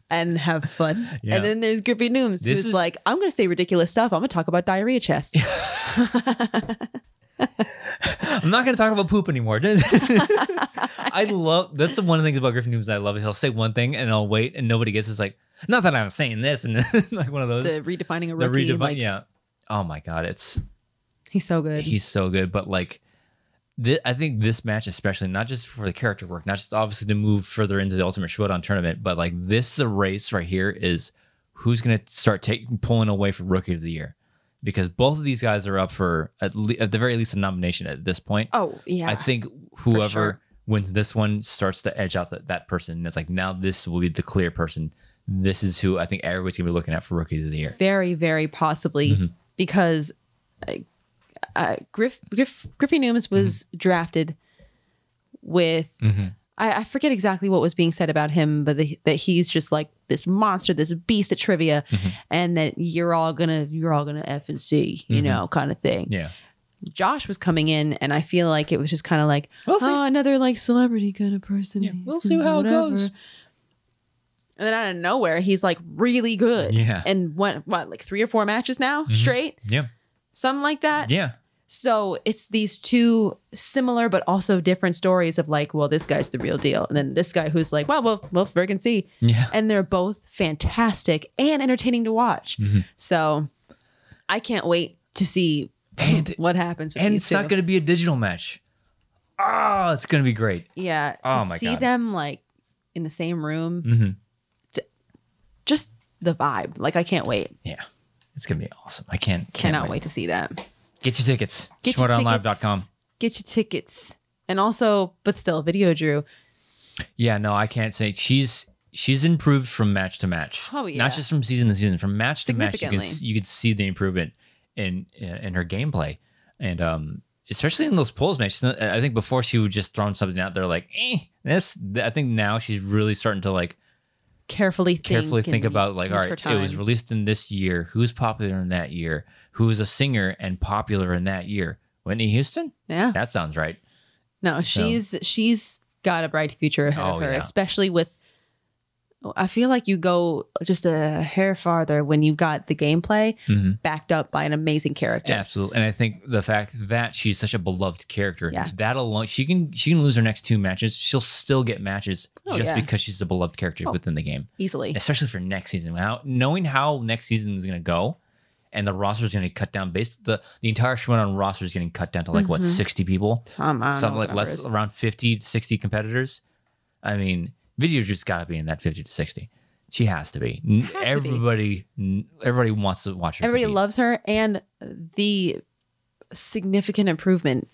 Speaker 2: and have fun.
Speaker 1: Yeah.
Speaker 2: And then there's Griffey Nooms,
Speaker 1: This
Speaker 2: who's
Speaker 1: is-
Speaker 2: like, I'm going to say ridiculous stuff. I'm going to talk about diarrhea chest.
Speaker 1: I'm not gonna talk about poop
Speaker 2: <laughs>
Speaker 1: anymore. <laughs> I love that's the one of the things about Griffin News I love. He'll say one thing and I'll wait and nobody gets it. It's like not that I'm saying this and <laughs> like one of those
Speaker 2: the redefining a
Speaker 1: The
Speaker 2: rookie,
Speaker 1: redevi-
Speaker 2: like
Speaker 1: yeah. Oh my god, it's
Speaker 2: he's so good.
Speaker 1: he's so good. But like, thi- I think this match, especially not just for the character work, not just obviously to move further into the Ultimate Showdown tournament, but like this is a race right here is who's going to start taking pulling away from Rookie of the Year because both of these guys are up for at, le- at the very least a nomination at this point.
Speaker 2: Oh yeah.
Speaker 1: I think whoever
Speaker 2: sure.
Speaker 1: wins this one starts to edge out that, that person. And it's like now this will be the clear person. This is who I think everybody's gonna be looking at for rookie of the year.
Speaker 2: very, very possibly
Speaker 1: Mm-hmm.
Speaker 2: because uh, uh, Griff, Griff, Griffey Newms was
Speaker 1: Mm-hmm.
Speaker 2: drafted with. I, I forget exactly what was being said about him, but the, that he's just like this monster, this beast at trivia,
Speaker 1: Mm-hmm.
Speaker 2: and that you're all gonna you're all gonna f and c, you know, kind of thing.
Speaker 1: Mm-hmm. Yeah.
Speaker 2: Josh was coming in, and I feel like it was just kind of like,
Speaker 1: We'll see.
Speaker 2: oh, another like celebrity kind of person.
Speaker 1: Yeah, we'll
Speaker 2: He's
Speaker 1: see
Speaker 2: gonna
Speaker 1: how it
Speaker 2: do whatever."
Speaker 1: goes.
Speaker 2: And then out of nowhere, he's like really good.
Speaker 1: Yeah. Mm-hmm.
Speaker 2: And what, what, like three or four matches now straight,
Speaker 1: Yeah.
Speaker 2: something like that.
Speaker 1: Yeah.
Speaker 2: So it's these two similar but also different stories of like, well, this guy's the real deal, and then this guy who's like, well, well, we'll freaking see.
Speaker 1: Yeah.
Speaker 2: And they're both fantastic and entertaining to watch.
Speaker 1: Mm-hmm.
Speaker 2: So I can't wait to see
Speaker 1: And-
Speaker 2: <laughs> what happens. With
Speaker 1: And
Speaker 2: these
Speaker 1: it's
Speaker 2: two.
Speaker 1: not gonna be a digital match. Oh, it's gonna be great.
Speaker 2: Yeah.
Speaker 1: Oh
Speaker 2: to
Speaker 1: my
Speaker 2: see
Speaker 1: God.
Speaker 2: them like in the same room.
Speaker 1: Mhm.
Speaker 2: J- Just the vibe. Like I can't wait.
Speaker 1: Yeah. It's gonna be awesome. I can't can't
Speaker 2: Cannot wait. to see that.
Speaker 1: Get your tickets.
Speaker 2: Get your
Speaker 1: ShmurdaOnLive.com.
Speaker 2: Get your tickets. And also, but still, video Drew.
Speaker 1: Yeah, no, I can't say she's she's improved from match to match.
Speaker 2: Oh, yeah.
Speaker 1: not just from season to season, from match to match. You can
Speaker 2: Significantly.
Speaker 1: you can see the improvement in in her gameplay, and um, especially in those polls matches. I think before she would just throw something out there like eh, this. I think now she's really starting to like
Speaker 2: Carefully think
Speaker 1: carefully think
Speaker 2: and
Speaker 1: about like all
Speaker 2: use her
Speaker 1: right, it was
Speaker 2: time.
Speaker 1: released in this year. Who's popular in that year? Who is a singer and popular in that year? Whitney Houston.
Speaker 2: Yeah.
Speaker 1: That sounds right.
Speaker 2: No, she's she's got a bright future ahead
Speaker 1: Oh,
Speaker 2: of her,
Speaker 1: yeah.
Speaker 2: especially with I feel like you go just a hair farther when you got the gameplay backed up by an amazing character.
Speaker 1: Absolutely, and I think the fact that she's such a beloved character,
Speaker 2: Yeah.
Speaker 1: that alone, she can she can lose her next two matches. She'll still get matches
Speaker 2: Oh,
Speaker 1: just
Speaker 2: yeah.
Speaker 1: because she's a beloved character within the game,
Speaker 2: Easily.
Speaker 1: especially for next season. How knowing how next season is going to go, and the roster is going to cut down. Based the the entire Shimonon roster is getting cut down to like what sixty people,
Speaker 2: Some, I don't know
Speaker 1: something
Speaker 2: what
Speaker 1: like
Speaker 2: number it
Speaker 1: less
Speaker 2: is.
Speaker 1: around 50 to 60 competitors. I mean, video's just got to be in that fifty to sixty. She has to be. N-
Speaker 2: Has to be.
Speaker 1: everybody, n- everybody wants to watch her.
Speaker 2: Everybody
Speaker 1: compete.
Speaker 2: loves her and the significant improvement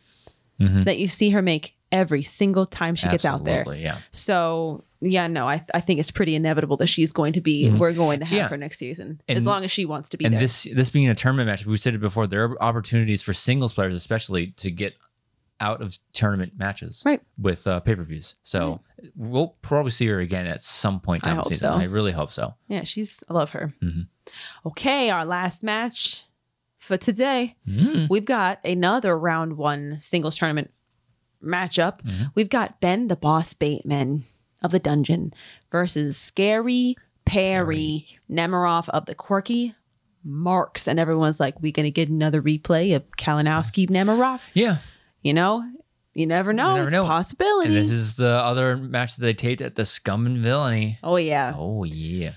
Speaker 2: that you see her make every single time she gets out there.
Speaker 1: Mm-hmm. Mm. Absolutely, Yeah.
Speaker 2: So yeah, no, I, I think it's pretty inevitable that she's going to be we're going to have
Speaker 1: Mm-hmm. Yeah.
Speaker 2: her next season.
Speaker 1: And-
Speaker 2: as long as she wants to be
Speaker 1: and
Speaker 2: there.
Speaker 1: this this being a tournament match, we've said it before. There are opportunities for singles players, especially, to get out of tournament matches
Speaker 2: Right.
Speaker 1: with uh, pay per views. So we'll probably see her again at some point
Speaker 2: I
Speaker 1: down the
Speaker 2: hope
Speaker 1: season.
Speaker 2: so.
Speaker 1: I really hope so.
Speaker 2: yeah, she's I love her.
Speaker 1: Mhm.
Speaker 2: Okay, our last match for today.
Speaker 1: Mm.
Speaker 2: We've got another round one singles tournament matchup.
Speaker 1: Mm-hmm.
Speaker 2: We've got Ben the Boss Bateman of the Dungeon versus Scary Perry Nemiroff of the Quirky Marks. And everyone's like, we're going to get another replay of Kalinowski Nemiroff.
Speaker 1: Yeah,
Speaker 2: You know, you never know.
Speaker 1: never
Speaker 2: it's
Speaker 1: know.
Speaker 2: a
Speaker 1: and
Speaker 2: possibility.
Speaker 1: this is the other match that they taped at the Scum and Villainy.
Speaker 2: oh, yeah.
Speaker 1: Oh yeah,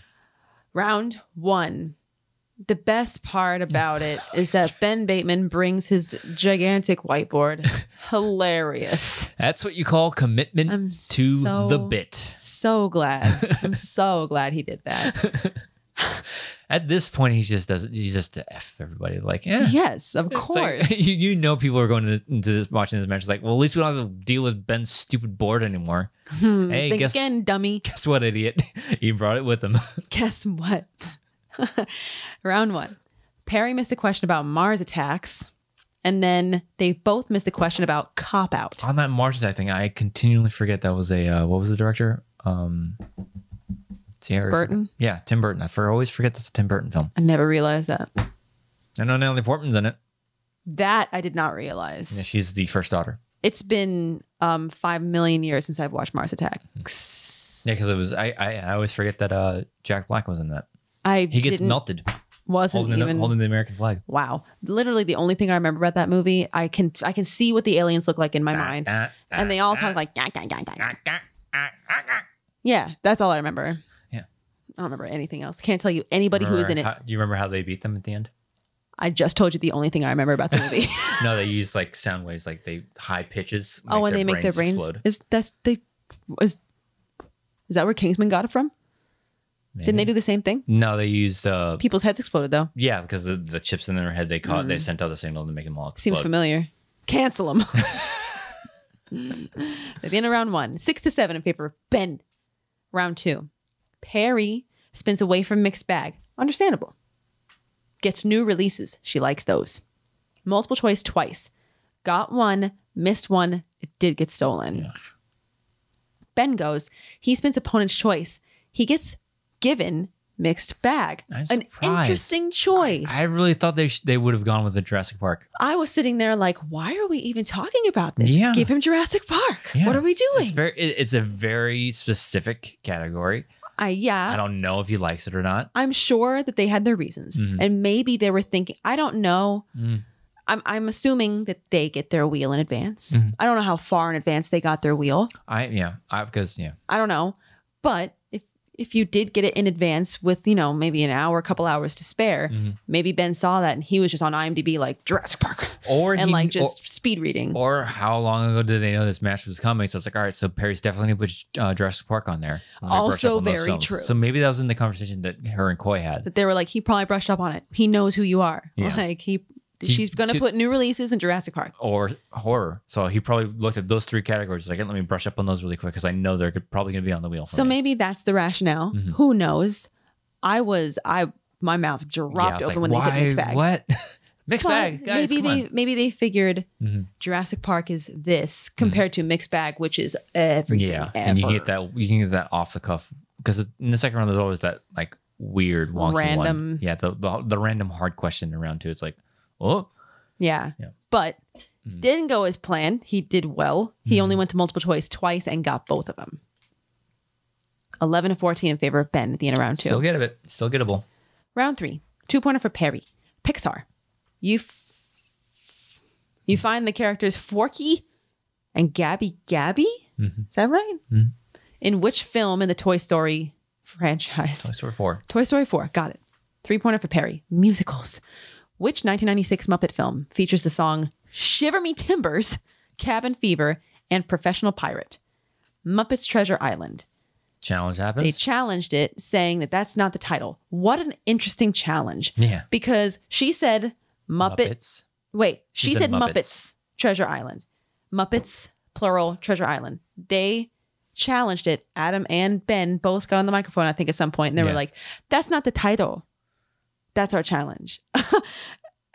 Speaker 2: round one. The best part about it is
Speaker 1: <laughs>
Speaker 2: that Ben Bateman brings his gigantic whiteboard. Hilarious.
Speaker 1: that's what you call commitment
Speaker 2: I'm
Speaker 1: to
Speaker 2: so-
Speaker 1: the bit.
Speaker 2: So glad. I'm so glad he did that.
Speaker 1: At this point, he just doesn't. He's just the f everybody. Like, <laughs> yeah,
Speaker 2: Yes, of
Speaker 1: It's like- <laughs>
Speaker 2: course.
Speaker 1: you, you know people are going to this, into this watching this match. It's like, well, at least we don't have to deal with Ben's stupid board anymore. <laughs>
Speaker 2: Hmm.
Speaker 1: hey,
Speaker 2: Think
Speaker 1: guess-
Speaker 2: again, dummy. <laughs>
Speaker 1: Guess what, idiot? <laughs> he brought it with him. <laughs>
Speaker 2: Guess what? <laughs> round one. Perry missed a question about Mars attacks, and then they both missed a question about cop out.
Speaker 1: On that Mars attack thing, I continually forget that was a uh, what was the director? Um, see, I already
Speaker 2: Burton?
Speaker 1: forgot. Yeah, Tim Burton. I for, always forget that's a Tim Burton film.
Speaker 2: I never realized that.
Speaker 1: I know Natalie Portman's in it.
Speaker 2: That I did not realize.
Speaker 1: Yeah, she's the first daughter.
Speaker 2: it's been um five million years since I've watched Mars Attacks.
Speaker 1: Yeah, because it was I, I. I always forget that uh Jack Black was in that.
Speaker 2: I
Speaker 1: He gets
Speaker 2: didn't,
Speaker 1: melted
Speaker 2: wasn't
Speaker 1: holding the,
Speaker 2: even
Speaker 1: holding the American flag.
Speaker 2: wow. Literally, the only thing I remember about that movie, I can I can see what the aliens look like in my mind, and they all talk like "Yah, yah, yah, yah." yeah. That's all I remember.
Speaker 1: Yeah.
Speaker 2: I don't remember anything else. Can't tell you anybody who was in it.
Speaker 1: How, do you remember how they beat them at the end?
Speaker 2: I just told you the only thing I remember about
Speaker 1: <laughs>
Speaker 2: the movie.
Speaker 1: No, they use like sound waves, like they high pitches.
Speaker 2: oh, when they make their brains is that's they is is that where Kingsman got it from? Didn't they do the same thing?
Speaker 1: No, they used. uh
Speaker 2: People's heads exploded though.
Speaker 1: Yeah, because the, the chips in their head they caught, they sent out the signal to make them all explode.
Speaker 2: Mm. Seems familiar.
Speaker 1: <laughs>
Speaker 2: Cancel <laughs> them. They've been around one, six to seven in paper. Ben, round two. Perry spins away from mixed bag. Understandable. Gets new releases. She likes those. Multiple choice twice. Got one, missed one. It did get stolen.
Speaker 1: Yeah.
Speaker 2: Ben goes. He spins opponent's choice. He gets given mixed bag.
Speaker 1: I'm
Speaker 2: An
Speaker 1: surprised.
Speaker 2: interesting choice.
Speaker 1: I really thought they sh- they would have gone with the Jurassic Park.
Speaker 2: I was sitting there like, why are we even talking about this?
Speaker 1: Yeah.
Speaker 2: Give him Jurassic Park.
Speaker 1: Yeah.
Speaker 2: What are we
Speaker 1: It's
Speaker 2: doing?
Speaker 1: very it- it's a very specific category.
Speaker 2: I
Speaker 1: I
Speaker 2: yeah.
Speaker 1: don't know if he likes it or not.
Speaker 2: I'm sure that they had their reasons.
Speaker 1: Mhm.
Speaker 2: And maybe they were thinking, I don't know.
Speaker 1: Mm.
Speaker 2: I'm I'm assuming that they get their wheel in advance.
Speaker 1: Mhm.
Speaker 2: I don't know how far in advance they got their wheel.
Speaker 1: I yeah, I because yeah,
Speaker 2: I don't know. But if if you did get it in advance with, you know, maybe an hour, a couple hours to spare,
Speaker 1: Mhm.
Speaker 2: maybe Ben saw that and he was just on IMDb like Jurassic Park
Speaker 1: or
Speaker 2: and
Speaker 1: he,
Speaker 2: like
Speaker 1: or-
Speaker 2: just speed reading.
Speaker 1: Or how long ago did they know this match was coming? So it's like, all right, so Perry's definitely going to put uh, Jurassic Park on there. when they brush
Speaker 2: Also
Speaker 1: up on those
Speaker 2: very
Speaker 1: films.
Speaker 2: true.
Speaker 1: So maybe that was in the conversation that her and Coy had.
Speaker 2: that they were like, he probably brushed up on it. He knows who you are.
Speaker 1: Yeah.
Speaker 2: <laughs> Like he,
Speaker 1: He-
Speaker 2: she's gonna
Speaker 1: to-
Speaker 2: put new releases in Jurassic Park.
Speaker 1: Or horror. So he probably looked at those three categories. Like, let me brush up on those really quick because I know they're probably going to be on the wheel. For
Speaker 2: So
Speaker 1: me.
Speaker 2: maybe that's the rationale.
Speaker 1: Mhm.
Speaker 2: Who knows? I was I my mouth dropped
Speaker 1: I was
Speaker 2: open
Speaker 1: like,
Speaker 2: when they said mixed bag.
Speaker 1: What? <laughs> mixed
Speaker 2: But
Speaker 1: bag. Guys,
Speaker 2: maybe
Speaker 1: come
Speaker 2: they maybe they figured
Speaker 1: on. Mhm.
Speaker 2: Jurassic Park is this compared to mixed bag, which is everything.
Speaker 1: Mm-hmm. Yeah,
Speaker 2: ever.
Speaker 1: and you can get that. You can get that off the cuff because in the second round there's always that like weird, wonky
Speaker 2: Random.
Speaker 1: One. Yeah, the, the the random hard question in round two. It's like, oh,
Speaker 2: Yeah.
Speaker 1: Yeah.
Speaker 2: But
Speaker 1: Mhm.
Speaker 2: didn't go as planned. He did well. He only
Speaker 1: Mhm.
Speaker 2: went to multiple choice twice and got both of them. 11 to 14 in favor of Ben at the end of round two.
Speaker 1: still get it, still gettable.
Speaker 2: Round three, two pointer for Perry. Pixar. You f- you find the characters Forky and Gabby Gabby.
Speaker 1: Mhm.
Speaker 2: Is that right?
Speaker 1: Mhm.
Speaker 2: In which film in the Toy Story franchise?
Speaker 1: Toy Story four.
Speaker 2: Toy Story 4, got it. Three pointer for Perry. Musicals. Which 1996 Muppet film features the song Shiver Me Timbers, Cabin Fever, and Professional Pirate? Muppets Treasure Island.
Speaker 1: Challenge
Speaker 2: They
Speaker 1: happens.
Speaker 2: challenged it, saying that that's not the title. What an interesting challenge.
Speaker 1: yeah.
Speaker 2: Because she said Muppet.
Speaker 1: Muppets.
Speaker 2: Wait, she,
Speaker 1: said
Speaker 2: said, Muppets.
Speaker 1: Muppets.
Speaker 2: Treasure Island. Muppets, plural, Treasure Island. They challenged it. Adam and Ben both got on the microphone, I think, at some point, and they
Speaker 1: Yeah.
Speaker 2: were like, that's not the title. That's our challenge. <laughs>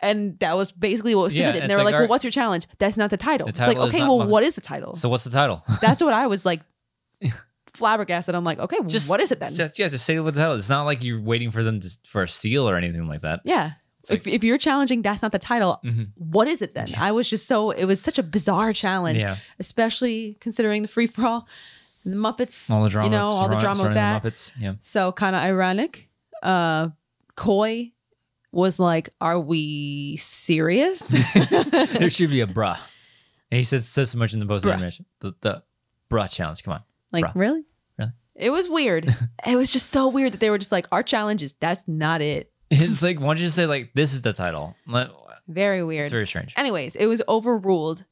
Speaker 2: and that was basically what was
Speaker 1: Yeah,
Speaker 2: submitted. and they
Speaker 1: it's
Speaker 2: were
Speaker 1: like
Speaker 2: like,
Speaker 1: our-
Speaker 2: well, what's your challenge? That's not the title.
Speaker 1: The
Speaker 2: it's
Speaker 1: title
Speaker 2: like,
Speaker 1: is
Speaker 2: okay,
Speaker 1: not
Speaker 2: well,
Speaker 1: Muppets.
Speaker 2: what is the title?
Speaker 1: So what's the title? <laughs>
Speaker 2: that's what I was like flabbergasted. I'm like, okay,
Speaker 1: Just
Speaker 2: what is it then?
Speaker 1: Just, yeah, just say what the title. is. It's not like you're waiting for them to, for a steal or anything like that.
Speaker 2: yeah.
Speaker 1: It's
Speaker 2: If,
Speaker 1: like-
Speaker 2: if you're challenging, that's not the title.
Speaker 1: Mhm.
Speaker 2: what is it then? I was just so it was such a bizarre challenge,
Speaker 1: Yeah,
Speaker 2: especially considering the free for all, the Muppets,
Speaker 1: all the drama.
Speaker 2: you know, all the
Speaker 1: surrounding-
Speaker 2: drama with
Speaker 1: surrounding
Speaker 2: that.
Speaker 1: the Muppets. Yeah.
Speaker 2: So kind of ironic. Uh, Coy was like, "Are we
Speaker 1: <laughs>
Speaker 2: serious?" <laughs>
Speaker 1: there should be a bruh. And he says says so much in the post
Speaker 2: Bruh.
Speaker 1: animation. The, the bruh challenge. Come on. <laughs>
Speaker 2: like,
Speaker 1: Bruh.
Speaker 2: really?
Speaker 1: Really?
Speaker 2: It
Speaker 1: <laughs>
Speaker 2: was weird. it was just so weird that they were just like, "Our challenge is that's not it."
Speaker 1: It's like why don't you just say like this is the title? Like,
Speaker 2: Very weird.
Speaker 1: It's very strange.
Speaker 2: Anyways, it was overruled.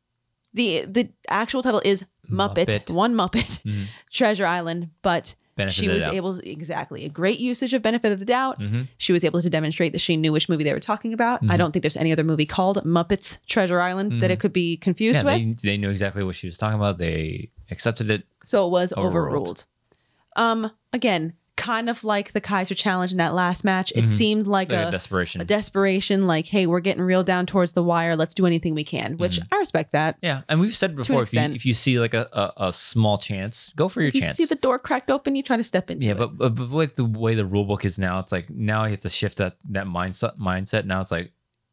Speaker 2: the The actual title is Muppet,
Speaker 1: Muppet.
Speaker 2: One Muppet,
Speaker 1: Mhm.
Speaker 2: <laughs> Treasure Island, but
Speaker 1: Benefit
Speaker 2: she was able exactly a great usage of benefit of the doubt.
Speaker 1: hmm
Speaker 2: She was able to demonstrate that she knew which movie they were talking about. I
Speaker 1: Mhm.
Speaker 2: don't think there's any other movie called Muppets Treasure Island that it could be confused
Speaker 1: Mm-hmm. Yeah,
Speaker 2: with.
Speaker 1: they, they knew exactly what she was talking about. They accepted it.
Speaker 2: so it was overruled.
Speaker 1: Overruled.
Speaker 2: Um, again, kind of like the Kaiser Challenge in that last match. It
Speaker 1: Mhm.
Speaker 2: seemed like,
Speaker 1: Like a,
Speaker 2: a,
Speaker 1: desperation.
Speaker 2: a desperation, like, hey, we're getting real down towards the wire. Let's do anything we can, which
Speaker 1: Mm-hmm.
Speaker 2: I respect that.
Speaker 1: yeah, and we've said before if you,
Speaker 2: extent.
Speaker 1: if you see like a, a, a small chance, go for your
Speaker 2: You
Speaker 1: chance.
Speaker 2: see the door cracked open, you try to step into
Speaker 1: yeah,
Speaker 2: it.
Speaker 1: but, but but with the way the rule book is now, it's like now you have to shift that that mindset. Mindset now it's like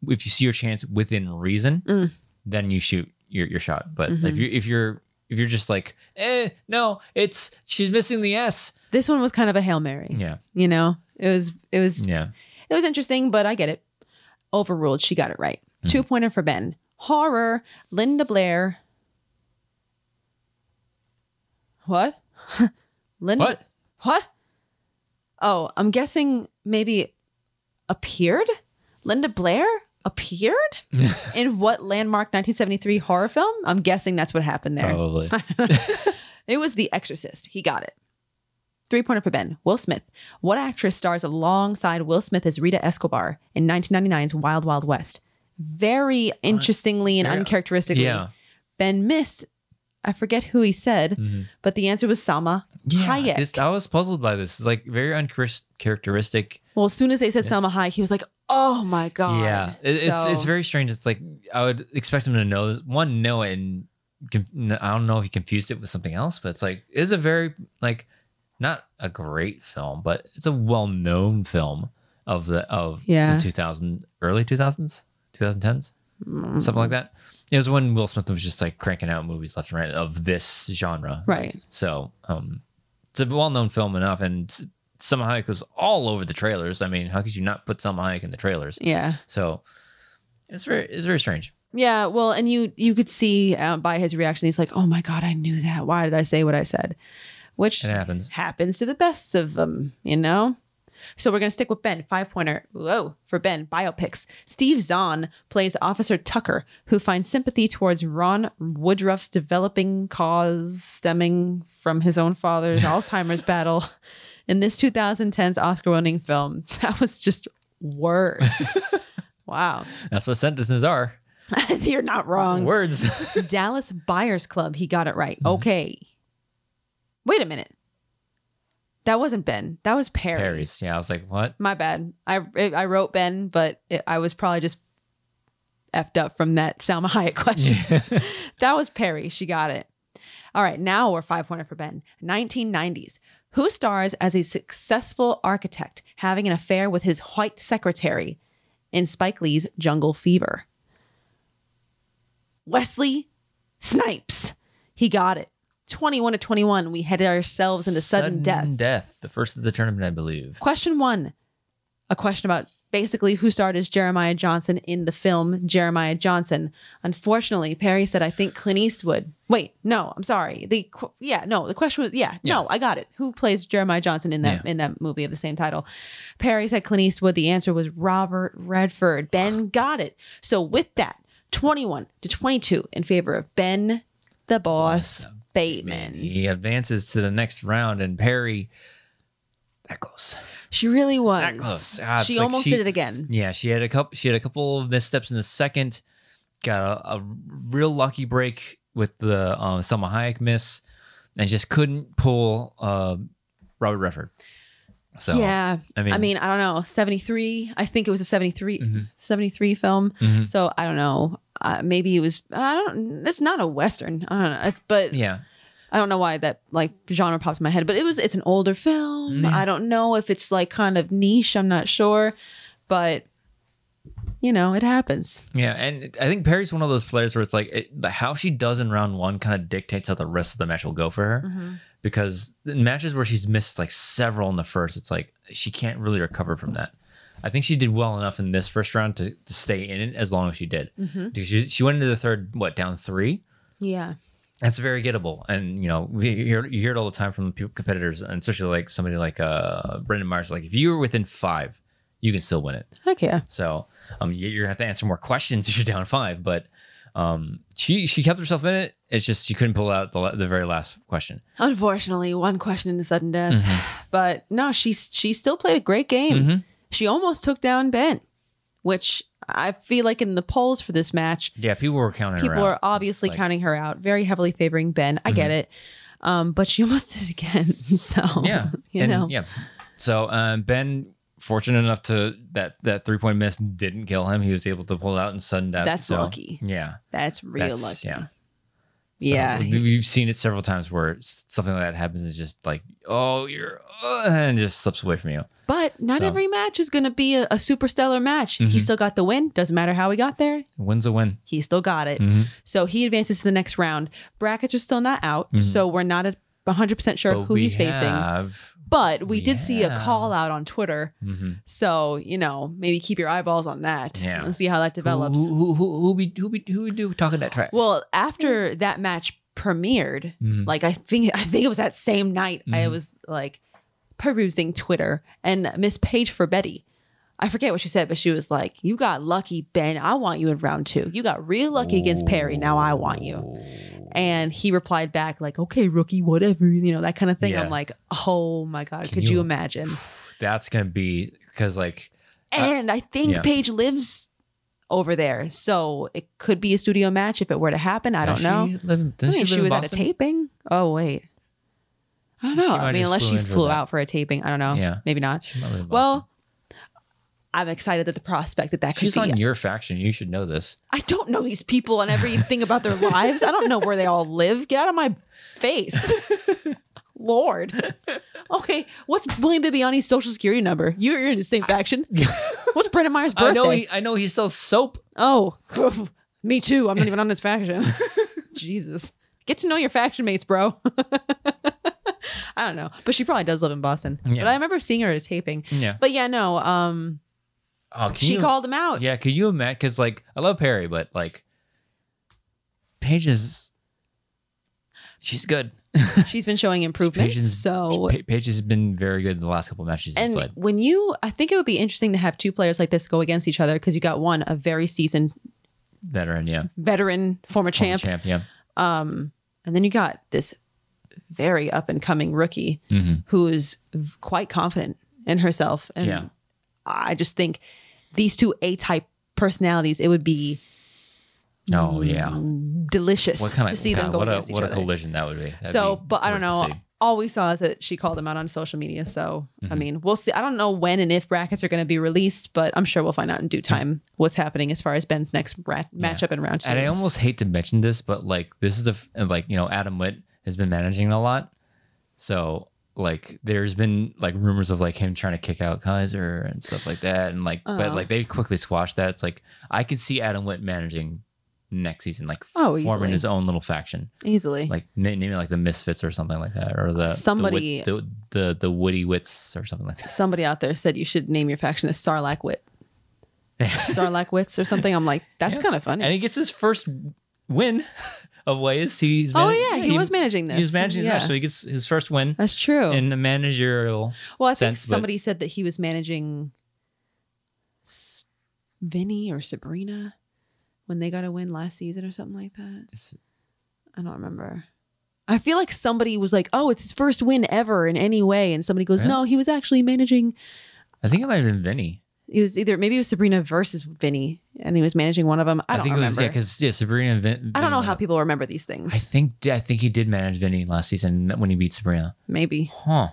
Speaker 1: if you see your chance within reason,
Speaker 2: Mm.
Speaker 1: then you shoot your your shot. But
Speaker 2: Mhm.
Speaker 1: if you if you're if you're just like, eh, no, it's she's missing the S.
Speaker 2: this one was kind of a Hail Mary.
Speaker 1: Yeah,
Speaker 2: You know? It was it was
Speaker 1: yeah.
Speaker 2: It was interesting, but I get it. Overruled. She got it right. Two pointer for Ben. Horror. Linda Blair. What? <laughs> Linda.
Speaker 1: What?
Speaker 2: What? Oh, I'm guessing maybe appeared. Linda Blair appeared in what landmark 1973 horror film? I'm guessing that's what happened there. <laughs>
Speaker 1: Probably.
Speaker 2: It was The Exorcist. He got it. Three pointer for Ben. Will Smith. What actress stars alongside Will Smith as Rita Escobar in 1999's Wild Wild West? Very interestingly and
Speaker 1: Uh, Yeah.
Speaker 2: uncharacteristically,
Speaker 1: yeah.
Speaker 2: Ben missed. I forget who he said,
Speaker 1: Mhm.
Speaker 2: but the answer was Salma Hayek.
Speaker 1: This, I was puzzled by this. It's like very uncharacteristic.
Speaker 2: well, as soon as they said
Speaker 1: Yes.
Speaker 2: Salma Hayek, he was like, "Oh my god!"
Speaker 1: Yeah. It, It's
Speaker 2: So-
Speaker 1: it's very strange. It's like I would expect him to know this. One, know it, and con- I don't know if he confused it with something else, but it's like it's a very like not a great film, but it's a well known film of the of
Speaker 2: Yeah.
Speaker 1: the two thousand early two thousands, two thousand tens.
Speaker 2: Mm,
Speaker 1: something like that. It was when Will Smith was just like cranking out movies left and right of this genre.
Speaker 2: right.
Speaker 1: So um, it's a well-known film enough, and S- Selma Hayek was all over the trailers. I mean, how could you not put Selma Hayek in the trailers?
Speaker 2: Yeah.
Speaker 1: So it's very it's very strange.
Speaker 2: Yeah, well, and you you could see uh, by his reaction, he's like, "Oh my god, I knew that. Why did I say what I said?" Which
Speaker 1: It happens.
Speaker 2: happens to the best of them, you know. So we're gonna stick with Ben five pointer. Whoa, for Ben biopics. Steve Zahn plays Officer Tucker, who finds sympathy towards Ron Woodruff's developing cause stemming from his
Speaker 1: <laughs>
Speaker 2: own father's Alzheimer's battle. In this 2010's Oscar-winning film, <laughs> that was just
Speaker 1: <laughs>
Speaker 2: words. wow, <laughs>
Speaker 1: That's what sentences are.
Speaker 2: you're not wrong.
Speaker 1: Words.
Speaker 2: Dallas Buyers Club. He got it right. Okay. Wait a minute. That wasn't Ben. That was
Speaker 1: <laughs>
Speaker 2: Perry.
Speaker 1: Harry's. Yeah, I was like,
Speaker 2: <laughs>
Speaker 1: what?
Speaker 2: My bad. I I wrote Ben, but it, I was probably just effed up from that Salma Hayek <laughs> question. That was Perry. She got it. All right, now we're five pointer for Ben. 1990s. Who stars as a successful architect having an affair with his white secretary in Spike Lee's Jungle Fever? Wesley Snipes. He got it. 21 to 21, we headed ourselves into sudden, death.
Speaker 1: Death. The first of the tournament, I believe.
Speaker 2: Question one a question about basically who starred as Jeremiah Johnson in the film Jeremiah Johnson. Unfortunately, Perry said, I think Clint Eastwood. Wait, no, I'm sorry. The qu- yeah, no, the question was yeah, no, I got it. Who plays Jeremiah Johnson in that in that movie of the same title? Perry said Clint Eastwood. The answer was Robert Redford. Ben got it. So with that, 21 to 22 in favor of Ben the
Speaker 1: uh,
Speaker 2: Boss
Speaker 1: Man,
Speaker 2: Bateman.
Speaker 1: he advances to the next round, and Perry. That close.
Speaker 2: She really was.
Speaker 1: That close. Ah, it's
Speaker 2: she
Speaker 1: like
Speaker 2: almost
Speaker 1: she-
Speaker 2: did it again.
Speaker 1: Yeah, she had a couple. She had a couple of missteps in the second. Got a, a real lucky break with the um, Selma Hayek miss, and just couldn't pull uh, Robert Redford. So
Speaker 2: yeah,
Speaker 1: I mean,
Speaker 2: I mean, I don't know. 73. I think it was a 73,
Speaker 1: Mhm.
Speaker 2: 73 film.
Speaker 1: mhm.
Speaker 2: So I don't know. Uh, maybe it was, I don't, it's not a Western. I don't know. It's, but
Speaker 1: yeah,
Speaker 2: I don't know why that like genre popped in my head, but it was, it's an older film.
Speaker 1: Yeah.
Speaker 2: I don't know if it's like kind of niche. I'm not sure, but you know, it happens.
Speaker 1: yeah, and I think Perry's one of those players where it's like it, the- how she does in round one kind of dictates how the rest of the match will go for her.
Speaker 2: Mm. Mm-hmm.
Speaker 1: because in matches where she's missed like several in the first, it's like she can't really recover from that. I think she did well enough in this first round to, to stay in it as long as she did.
Speaker 2: Mhm.
Speaker 1: Because She, she went into the third, what, down three?
Speaker 2: Yeah.
Speaker 1: That's very gettable. And, you know, we hear, you hear it all the time from people, competitors, and especially like somebody like uh, Brendan Myers. Like, if you were within five, you can still win it.
Speaker 2: Okay.
Speaker 1: So um, you- you're gonna have to answer more questions <laughs> if you're down five. But um, she she kept herself in it. It's just she couldn't pull out the, la- the very last question.
Speaker 2: Unfortunately, one question in the sudden
Speaker 1: Mm.
Speaker 2: death, but no, she, she still played a great game.
Speaker 1: Mhm.
Speaker 2: She almost took down Ben, which I feel like in the polls for this match,
Speaker 1: Yeah, people were counting. her
Speaker 2: people
Speaker 1: out.
Speaker 2: are obviously
Speaker 1: It's like- Mm-hmm.
Speaker 2: counting her out, very heavily favoring Ben. I get it. Um, but she <laughs> almost did it again. <laughs> So,
Speaker 1: Yeah,
Speaker 2: you
Speaker 1: and-
Speaker 2: know,
Speaker 1: Yeah, so um, Ben, fortunate enough to that that three point miss didn't kill him. He was able to pull it out in sudden death.
Speaker 2: That's
Speaker 1: so-
Speaker 2: lucky.
Speaker 1: Yeah,
Speaker 2: that's real
Speaker 1: that's-
Speaker 2: lucky.
Speaker 1: Yeah.
Speaker 2: Yeah.
Speaker 1: so, we've seen it several times where s- something like that happens. It's just like, oh, you're, uh, and it just slips away from you.
Speaker 2: But not
Speaker 1: So-
Speaker 2: every match is going to be a, a super stellar match. He
Speaker 1: Mhm.
Speaker 2: still got the win. Doesn't matter how he got there,
Speaker 1: Wins a win.
Speaker 2: he still got it.
Speaker 1: Mhm.
Speaker 2: So he advances to the next round. Brackets are still not out.
Speaker 1: Mhm.
Speaker 2: So we're not a 100% sure
Speaker 1: But
Speaker 2: who
Speaker 1: we
Speaker 2: he's facing.
Speaker 1: have-
Speaker 2: But we
Speaker 1: we
Speaker 2: did see a
Speaker 1: have-
Speaker 2: call out on Twitter
Speaker 1: mhm.
Speaker 2: So, you know, maybe keep your eyeballs on that
Speaker 1: Yeah.
Speaker 2: and see how that develops.
Speaker 1: Who, who, who, who be who be who we do talking that track?
Speaker 2: Well, after that match premiered,
Speaker 1: Mhm.
Speaker 2: like I think <laughs> I think it was that same night I
Speaker 1: Mhm.
Speaker 2: was like perusing Twitter and Miss Page for Betty. I forget what she said, but she was like, "You got lucky, Ben. I want you in round two. You got real lucky against Perry. Now I want you." And he replied back like, "Okay, rookie, whatever," you know that kind of thing.
Speaker 1: Yeah.
Speaker 2: I'm like, "Oh my god,
Speaker 1: Can
Speaker 2: could you,
Speaker 1: you-
Speaker 2: imagine?"
Speaker 1: That's gonna be because like
Speaker 2: and I think
Speaker 1: Uh, yeah.
Speaker 2: Paige lives over there, so it could be a studio match if it were to happen. I don't
Speaker 1: does
Speaker 2: know.
Speaker 1: She live,
Speaker 2: I
Speaker 1: does
Speaker 2: mean,
Speaker 1: she,
Speaker 2: she
Speaker 1: live
Speaker 2: was
Speaker 1: in
Speaker 2: at a
Speaker 1: Boston?
Speaker 2: taping. Oh wait, I don't
Speaker 1: She- she
Speaker 2: know.
Speaker 1: might
Speaker 2: I
Speaker 1: have
Speaker 2: mean, unless she
Speaker 1: flew in for
Speaker 2: flew
Speaker 1: that.
Speaker 2: out for a taping, I don't know.
Speaker 1: Yeah.
Speaker 2: maybe not.
Speaker 1: She might live in Boston.
Speaker 2: Well, I'm excited that the prospect that that could
Speaker 1: she's
Speaker 2: be.
Speaker 1: on your faction. You should know this.
Speaker 2: I don't know these people and everything about their lives. I don't know where they all live. Get out of my
Speaker 1: <laughs>
Speaker 2: face, Lord. Okay, what's William Bibiani's social security number? You're, you're in the
Speaker 1: <laughs>
Speaker 2: same faction. What's Brendan Meyer's birthday?
Speaker 1: I know. He, I know. He sells soap.
Speaker 2: oh, <laughs> me too. I'm not even on his faction. <laughs> Jesus, get to know your faction mates, bro. <laughs> I don't know, but she probably does live in Boston.
Speaker 1: Yeah.
Speaker 2: But I remember seeing her at a taping.
Speaker 1: Yeah.
Speaker 2: But yeah, no. Um,
Speaker 1: Oh, can
Speaker 2: she
Speaker 1: you,
Speaker 2: called him out.
Speaker 1: Yeah. Could you imagine? Because like I love Perry, but like Paige is she's good.
Speaker 2: She's been showing improvements.
Speaker 1: Paige is-
Speaker 2: so
Speaker 1: Pa- Paige has been very good in the last couple matches she's
Speaker 2: and
Speaker 1: played.
Speaker 2: when you I think it would be interesting to have two players like this go against each other because you got one a very seasoned
Speaker 1: Veteran, yeah.
Speaker 2: veteran
Speaker 1: Former
Speaker 2: former champ
Speaker 1: champ, yeah.
Speaker 2: um and then you got this very up and coming rookie
Speaker 1: hmm
Speaker 2: who is v- quite confident in herself and
Speaker 1: Yeah.
Speaker 2: I just think these two A type personalities it would be
Speaker 1: Oh yeah.
Speaker 2: delicious
Speaker 1: What kind of
Speaker 2: Mm. to see them
Speaker 1: God,
Speaker 2: go
Speaker 1: what a
Speaker 2: against each
Speaker 1: what a
Speaker 2: other
Speaker 1: collision that would be. That'd
Speaker 2: so,
Speaker 1: be
Speaker 2: but I
Speaker 1: great
Speaker 2: don't
Speaker 1: to
Speaker 2: know.
Speaker 1: see.
Speaker 2: All we saw is that she called them out on social media. So, I
Speaker 1: Mhm.
Speaker 2: mean, we'll see. I don't know when and if brackets are going to be released, but I'm sure we'll find out in due time what's happening as far as Ben's next ra- matchup in round two.
Speaker 1: And I almost hate to mention this, but like this is the f- and, like you know Adam Witt has been managing a lot, so like there's been like rumors of like him trying to kick out Kaiser and stuff like that, and like but
Speaker 2: Oh.
Speaker 1: like they quickly squashed that. It's like I could see Adam Witt managing next season, like
Speaker 2: Oh,
Speaker 1: forming
Speaker 2: easily.
Speaker 1: his own little faction,
Speaker 2: Easily.
Speaker 1: like na- naming like the Misfits or something like that, or the
Speaker 2: Somebody-
Speaker 1: the Wit- the, the, the Woody Wits or something like that.
Speaker 2: Somebody out there said you should name your faction as
Speaker 1: <laughs>
Speaker 2: Sarlacc Wit. Sarlacc Wits or something. I'm like, that's
Speaker 1: Yeah.
Speaker 2: kind of funny.
Speaker 1: And he gets his first win <laughs> of ways. He's
Speaker 2: oh,
Speaker 1: manag-
Speaker 2: yeah. He, was managing this.
Speaker 1: He was managing his
Speaker 2: Yeah. Oh.
Speaker 1: match, so he gets his first win
Speaker 2: That's true.
Speaker 1: in a managerial.
Speaker 2: well, I think
Speaker 1: sense, but-
Speaker 2: somebody said that he was managing S- Vinny or Sabrina when they got a win last season or something like that. I don't remember. I feel like somebody was like, "Oh, it's his first win ever in any way," and somebody goes,
Speaker 1: Really?
Speaker 2: "No, he was actually managing.
Speaker 1: I think it might have been Vinny.
Speaker 2: It was either maybe it was Sabrina versus Vinny, and he was managing one of them. I don't
Speaker 1: think
Speaker 2: remember.
Speaker 1: it was yeah, because yeah, Sabrina and Vin.
Speaker 2: I don't know
Speaker 1: Vinny went
Speaker 2: how
Speaker 1: up.
Speaker 2: people remember these things.
Speaker 1: I think I think he did manage Vinny last season when he beat Sabrina.
Speaker 2: maybe
Speaker 1: Huh?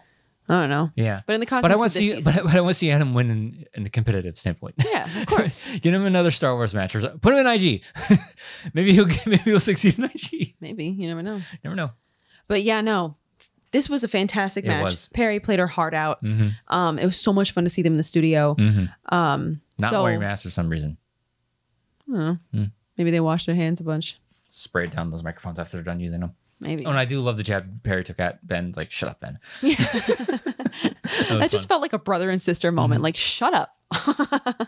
Speaker 2: I don't know.
Speaker 1: Yeah.
Speaker 2: But in the context,
Speaker 1: But I
Speaker 2: want
Speaker 1: want to see, but, I- but I want to see Adam win in, in a competitive standpoint. <laughs>
Speaker 2: yeah, of course.
Speaker 1: Get him another Star Wars match or something. put him in IG. <laughs> maybe he'll get, maybe he'll succeed in IG.
Speaker 2: maybe you never know.
Speaker 1: Never know.
Speaker 2: But yeah, no. This was a fantastic
Speaker 1: It
Speaker 2: match.
Speaker 1: was.
Speaker 2: Perry played her heart out.
Speaker 1: hmm
Speaker 2: Um, it was so much fun to see them in the studio.
Speaker 1: hmm
Speaker 2: Um,
Speaker 1: Not
Speaker 2: so,
Speaker 1: wearing masks for some reason.
Speaker 2: I don't know.
Speaker 1: Hmm.
Speaker 2: Maybe they washed their hands a bunch.
Speaker 1: Spray down those microphones after they're done using them.
Speaker 2: Maybe. <laughs>
Speaker 1: Oh, and I do love the jab Perry took at Ben. Like, shut up, Ben.
Speaker 2: that
Speaker 1: was
Speaker 2: just
Speaker 1: fun. Mm-hmm.
Speaker 2: felt like a brother and sister moment. Like, shut up. <laughs> I,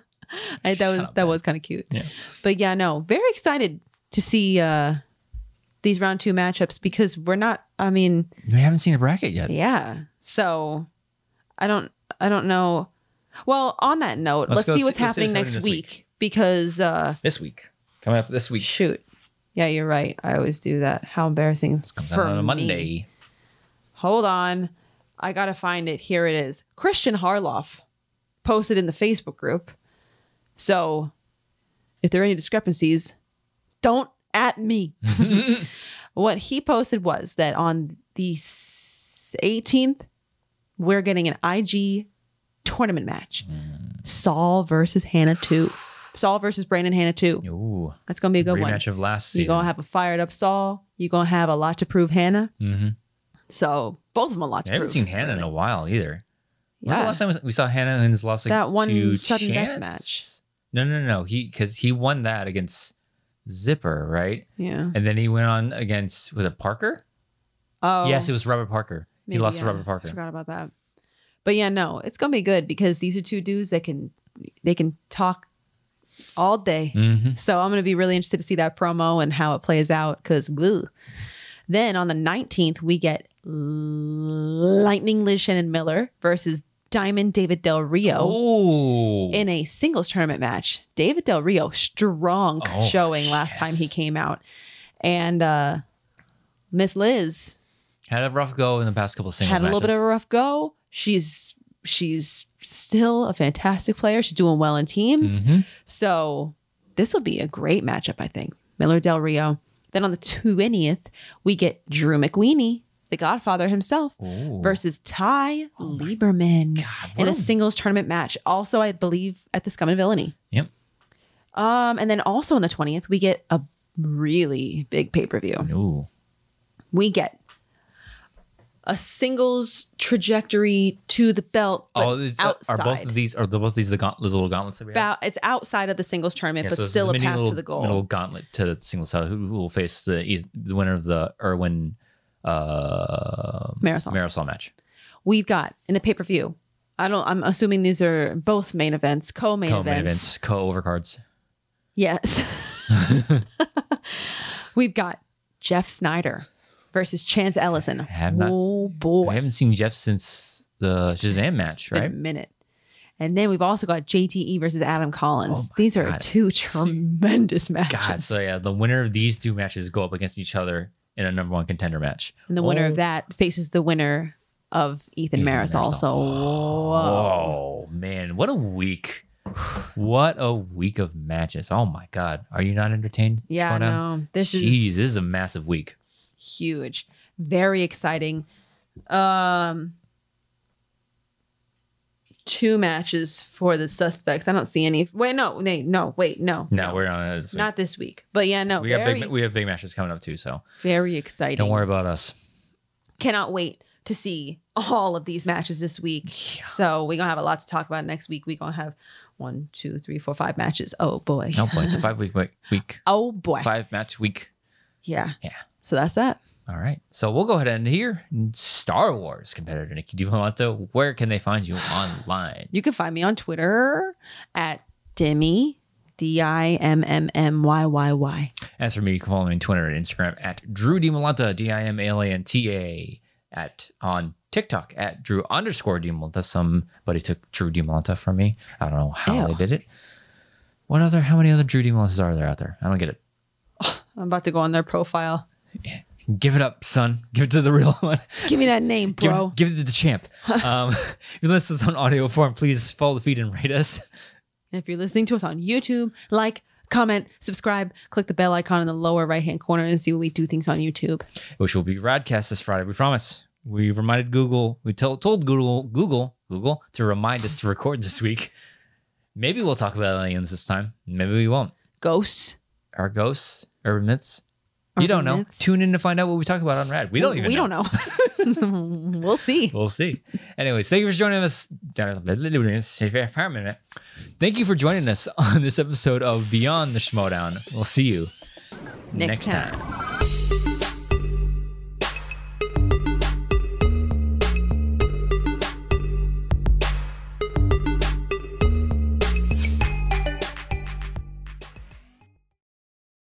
Speaker 2: that
Speaker 1: Shut
Speaker 2: was
Speaker 1: up,
Speaker 2: that
Speaker 1: man.
Speaker 2: was kind of cute.
Speaker 1: Yeah.
Speaker 2: But yeah, no, very excited to see uh these round two matchups because we're not. I mean,
Speaker 1: We haven't seen a bracket yet.
Speaker 2: yeah. So I don't. I don't know. Well, on that note,
Speaker 1: Let's
Speaker 2: let's,
Speaker 1: go
Speaker 2: see what's
Speaker 1: see- let's see
Speaker 2: happening
Speaker 1: what's
Speaker 2: next
Speaker 1: happening this
Speaker 2: week, because uh
Speaker 1: This week. Coming up this week.
Speaker 2: shoot. Yeah, you're right. I always do that. How embarrassing.
Speaker 1: This comes
Speaker 2: for
Speaker 1: out on a <laughs>
Speaker 2: me.
Speaker 1: Monday.
Speaker 2: Hold on. I got to find it. Here it is. Christian Harloff posted in the Facebook group. So if there are any discrepancies, don't
Speaker 1: <laughs>
Speaker 2: at me.
Speaker 1: Mm-hmm.
Speaker 2: what he posted was that on the s- 18th, we're getting an IG tournament match Saul versus Hannah 2.
Speaker 1: <sighs>
Speaker 2: Saul versus Brandon Hannah 2.
Speaker 1: Ooh.
Speaker 2: That's going to be a good one.
Speaker 1: rematch of last season.
Speaker 2: You're going to have a fired up Saul. You're going to have a lot to prove Hannah.
Speaker 1: mm-hmm.
Speaker 2: So both of them a lot to
Speaker 1: I haven't
Speaker 2: prove.
Speaker 1: seen Hannah in a while either. When's
Speaker 2: Yeah.
Speaker 1: the last time we- we saw Hannah in his loss? Like,
Speaker 2: That one
Speaker 1: to
Speaker 2: sudden death
Speaker 1: Chance?
Speaker 2: match.
Speaker 1: No, no, no. He because he won that against Zipper, right?
Speaker 2: Yeah.
Speaker 1: And then he went on against was it Parker?
Speaker 2: Oh,
Speaker 1: Yes, it was Robert Parker.
Speaker 2: maybe,
Speaker 1: he lost
Speaker 2: yeah.
Speaker 1: to Robert
Speaker 2: I
Speaker 1: Parker.
Speaker 2: forgot about that. But yeah, no, it's gonna be good because these are two dudes that can they can talk all day.
Speaker 1: Mm-hmm.
Speaker 2: So I'm gonna be really interested to see that promo and how it plays out because woo. Then on the 19th we get Lightning Liz Shannon Miller versus Diamond David Del Rio
Speaker 1: Oh,
Speaker 2: in a singles tournament match. David Del Rio, strong
Speaker 1: Oh,
Speaker 2: showing last
Speaker 1: yes.
Speaker 2: time he came out. And uh, Miss Liz
Speaker 1: had a rough go in the past couple of singles
Speaker 2: had a little bit
Speaker 1: matches.
Speaker 2: of a rough go. She's she's still a fantastic player. She's doing well in teams.
Speaker 1: Mhm.
Speaker 2: So this will be a great matchup, I think. Miller Del Rio. Then on the 20th, we get Drew McWeeny, the godfather himself,
Speaker 1: Ooh.
Speaker 2: versus Ty
Speaker 1: Oh my
Speaker 2: Lieberman
Speaker 1: Mm-hmm. God,
Speaker 2: in
Speaker 1: what
Speaker 2: a singles tournament match. Also, I believe at the Scum and Villainy.
Speaker 1: Yep.
Speaker 2: Um, and then also on the 20th, we get a really big pay per view.
Speaker 1: Ooh.
Speaker 2: We get a singles trajectory to the belt, but
Speaker 1: oh, is,
Speaker 2: outside.
Speaker 1: are both of these are the- both these the gaunt, those little gauntlets that we have?
Speaker 2: About, it's outside of the singles tournament,
Speaker 1: Yeah,
Speaker 2: but
Speaker 1: so this is
Speaker 2: still a
Speaker 1: mini
Speaker 2: path
Speaker 1: little,
Speaker 2: to the goal.
Speaker 1: Little gauntlet to the single side. Who, who will face the is- the winner of the Irwin uh,
Speaker 2: Marisol.
Speaker 1: Marisol match?
Speaker 2: We've got in the pay per view. I don't. I'm assuming these are both main events, co-main
Speaker 1: Co-main
Speaker 2: events.
Speaker 1: events, co-overcards.
Speaker 2: Yes. <laughs> We've got Jeff Snyder versus Chance Ellison.
Speaker 1: have not-
Speaker 2: oh
Speaker 1: I
Speaker 2: boy,
Speaker 1: haven't seen Jeff since the Shazam match,
Speaker 2: Been a
Speaker 1: right?
Speaker 2: minute. And then we've also got JTE versus Adam Collins.
Speaker 1: Oh my
Speaker 2: These are
Speaker 1: God.
Speaker 2: two tremendous matches.
Speaker 1: God, so yeah, the winner of these two matches go up against each other in a number one contender match.
Speaker 2: and the winner
Speaker 1: Oh.
Speaker 2: of that faces the winner of Ethan,
Speaker 1: Ethan Oh.
Speaker 2: Marisol.
Speaker 1: Marisol.
Speaker 2: So, whoa.
Speaker 1: Oh man, what a week! What a week of matches. Oh my God, are you not entertained?
Speaker 2: Yeah,
Speaker 1: Showdown?
Speaker 2: no, this
Speaker 1: Jeez,
Speaker 2: is
Speaker 1: this is a massive week.
Speaker 2: huge, very exciting. Um, two matches for the suspects. I don't see any. Wait, no, wait, no, wait, no,
Speaker 1: No, we're on it. this week.
Speaker 2: not this week. But yeah, no,
Speaker 1: we
Speaker 2: very,
Speaker 1: have big we have big matches coming up too, so
Speaker 2: very exciting.
Speaker 1: don't worry about us.
Speaker 2: Cannot wait to see all of these matches this week. So we're gonna have a lot to talk about next week. We're gonna have one, two, three, four, five matches. Oh boy.
Speaker 1: No, boy, it's a five week week, week
Speaker 2: Oh boy.
Speaker 1: five match week.
Speaker 2: Yeah.
Speaker 1: Yeah.
Speaker 2: So that's that.
Speaker 1: All right, so we'll go ahead and here Star Wars competitor Nikki DiVolante. Where can they find you online?
Speaker 2: You can find me on Twitter at Demi, D I M M M Y Y Y.
Speaker 1: As for me, you can follow me on Twitter and Instagram at Drew DiMolanta, D I M L A N T A, at on TikTok at Drew underscore DiMolanta. Somebody took Drew DiMolanta from me. I don't know how
Speaker 2: Ew.
Speaker 1: they did it. What other? How many other Drew DiMolantas are there out there? I don't get it.
Speaker 2: I'm about to go on their profile.
Speaker 1: Give it up, son. Give it to the real one. <laughs>
Speaker 2: Give me that name,
Speaker 1: Give,
Speaker 2: bro.
Speaker 1: give it to the
Speaker 2: <laughs>
Speaker 1: champ. Um, <laughs> if you listen to us on audio form, please follow the feed and rate us.
Speaker 2: if you're listening to us on YouTube, like, comment, subscribe, click the bell icon in the lower right hand corner and see when we do things on YouTube.
Speaker 1: which will be Radcast this Friday. We promise. We reminded Google. We tell, told Google, Google, Google to remind us to record this week. Maybe we'll talk about aliens this time. Maybe we won't.
Speaker 2: Ghosts.
Speaker 1: Our ghosts, urban myths. you
Speaker 2: Urban
Speaker 1: don't know.
Speaker 2: myths.
Speaker 1: Tune in to find out what we talk about on Rad. We don't even.
Speaker 2: we
Speaker 1: know.
Speaker 2: don't know. <laughs> we'll
Speaker 1: <laughs>
Speaker 2: see.
Speaker 1: We'll see. Anyways, thank you for joining us. Thank you for joining us on this episode of Beyond the Schmodown. We'll see you
Speaker 2: Next time.
Speaker 1: time.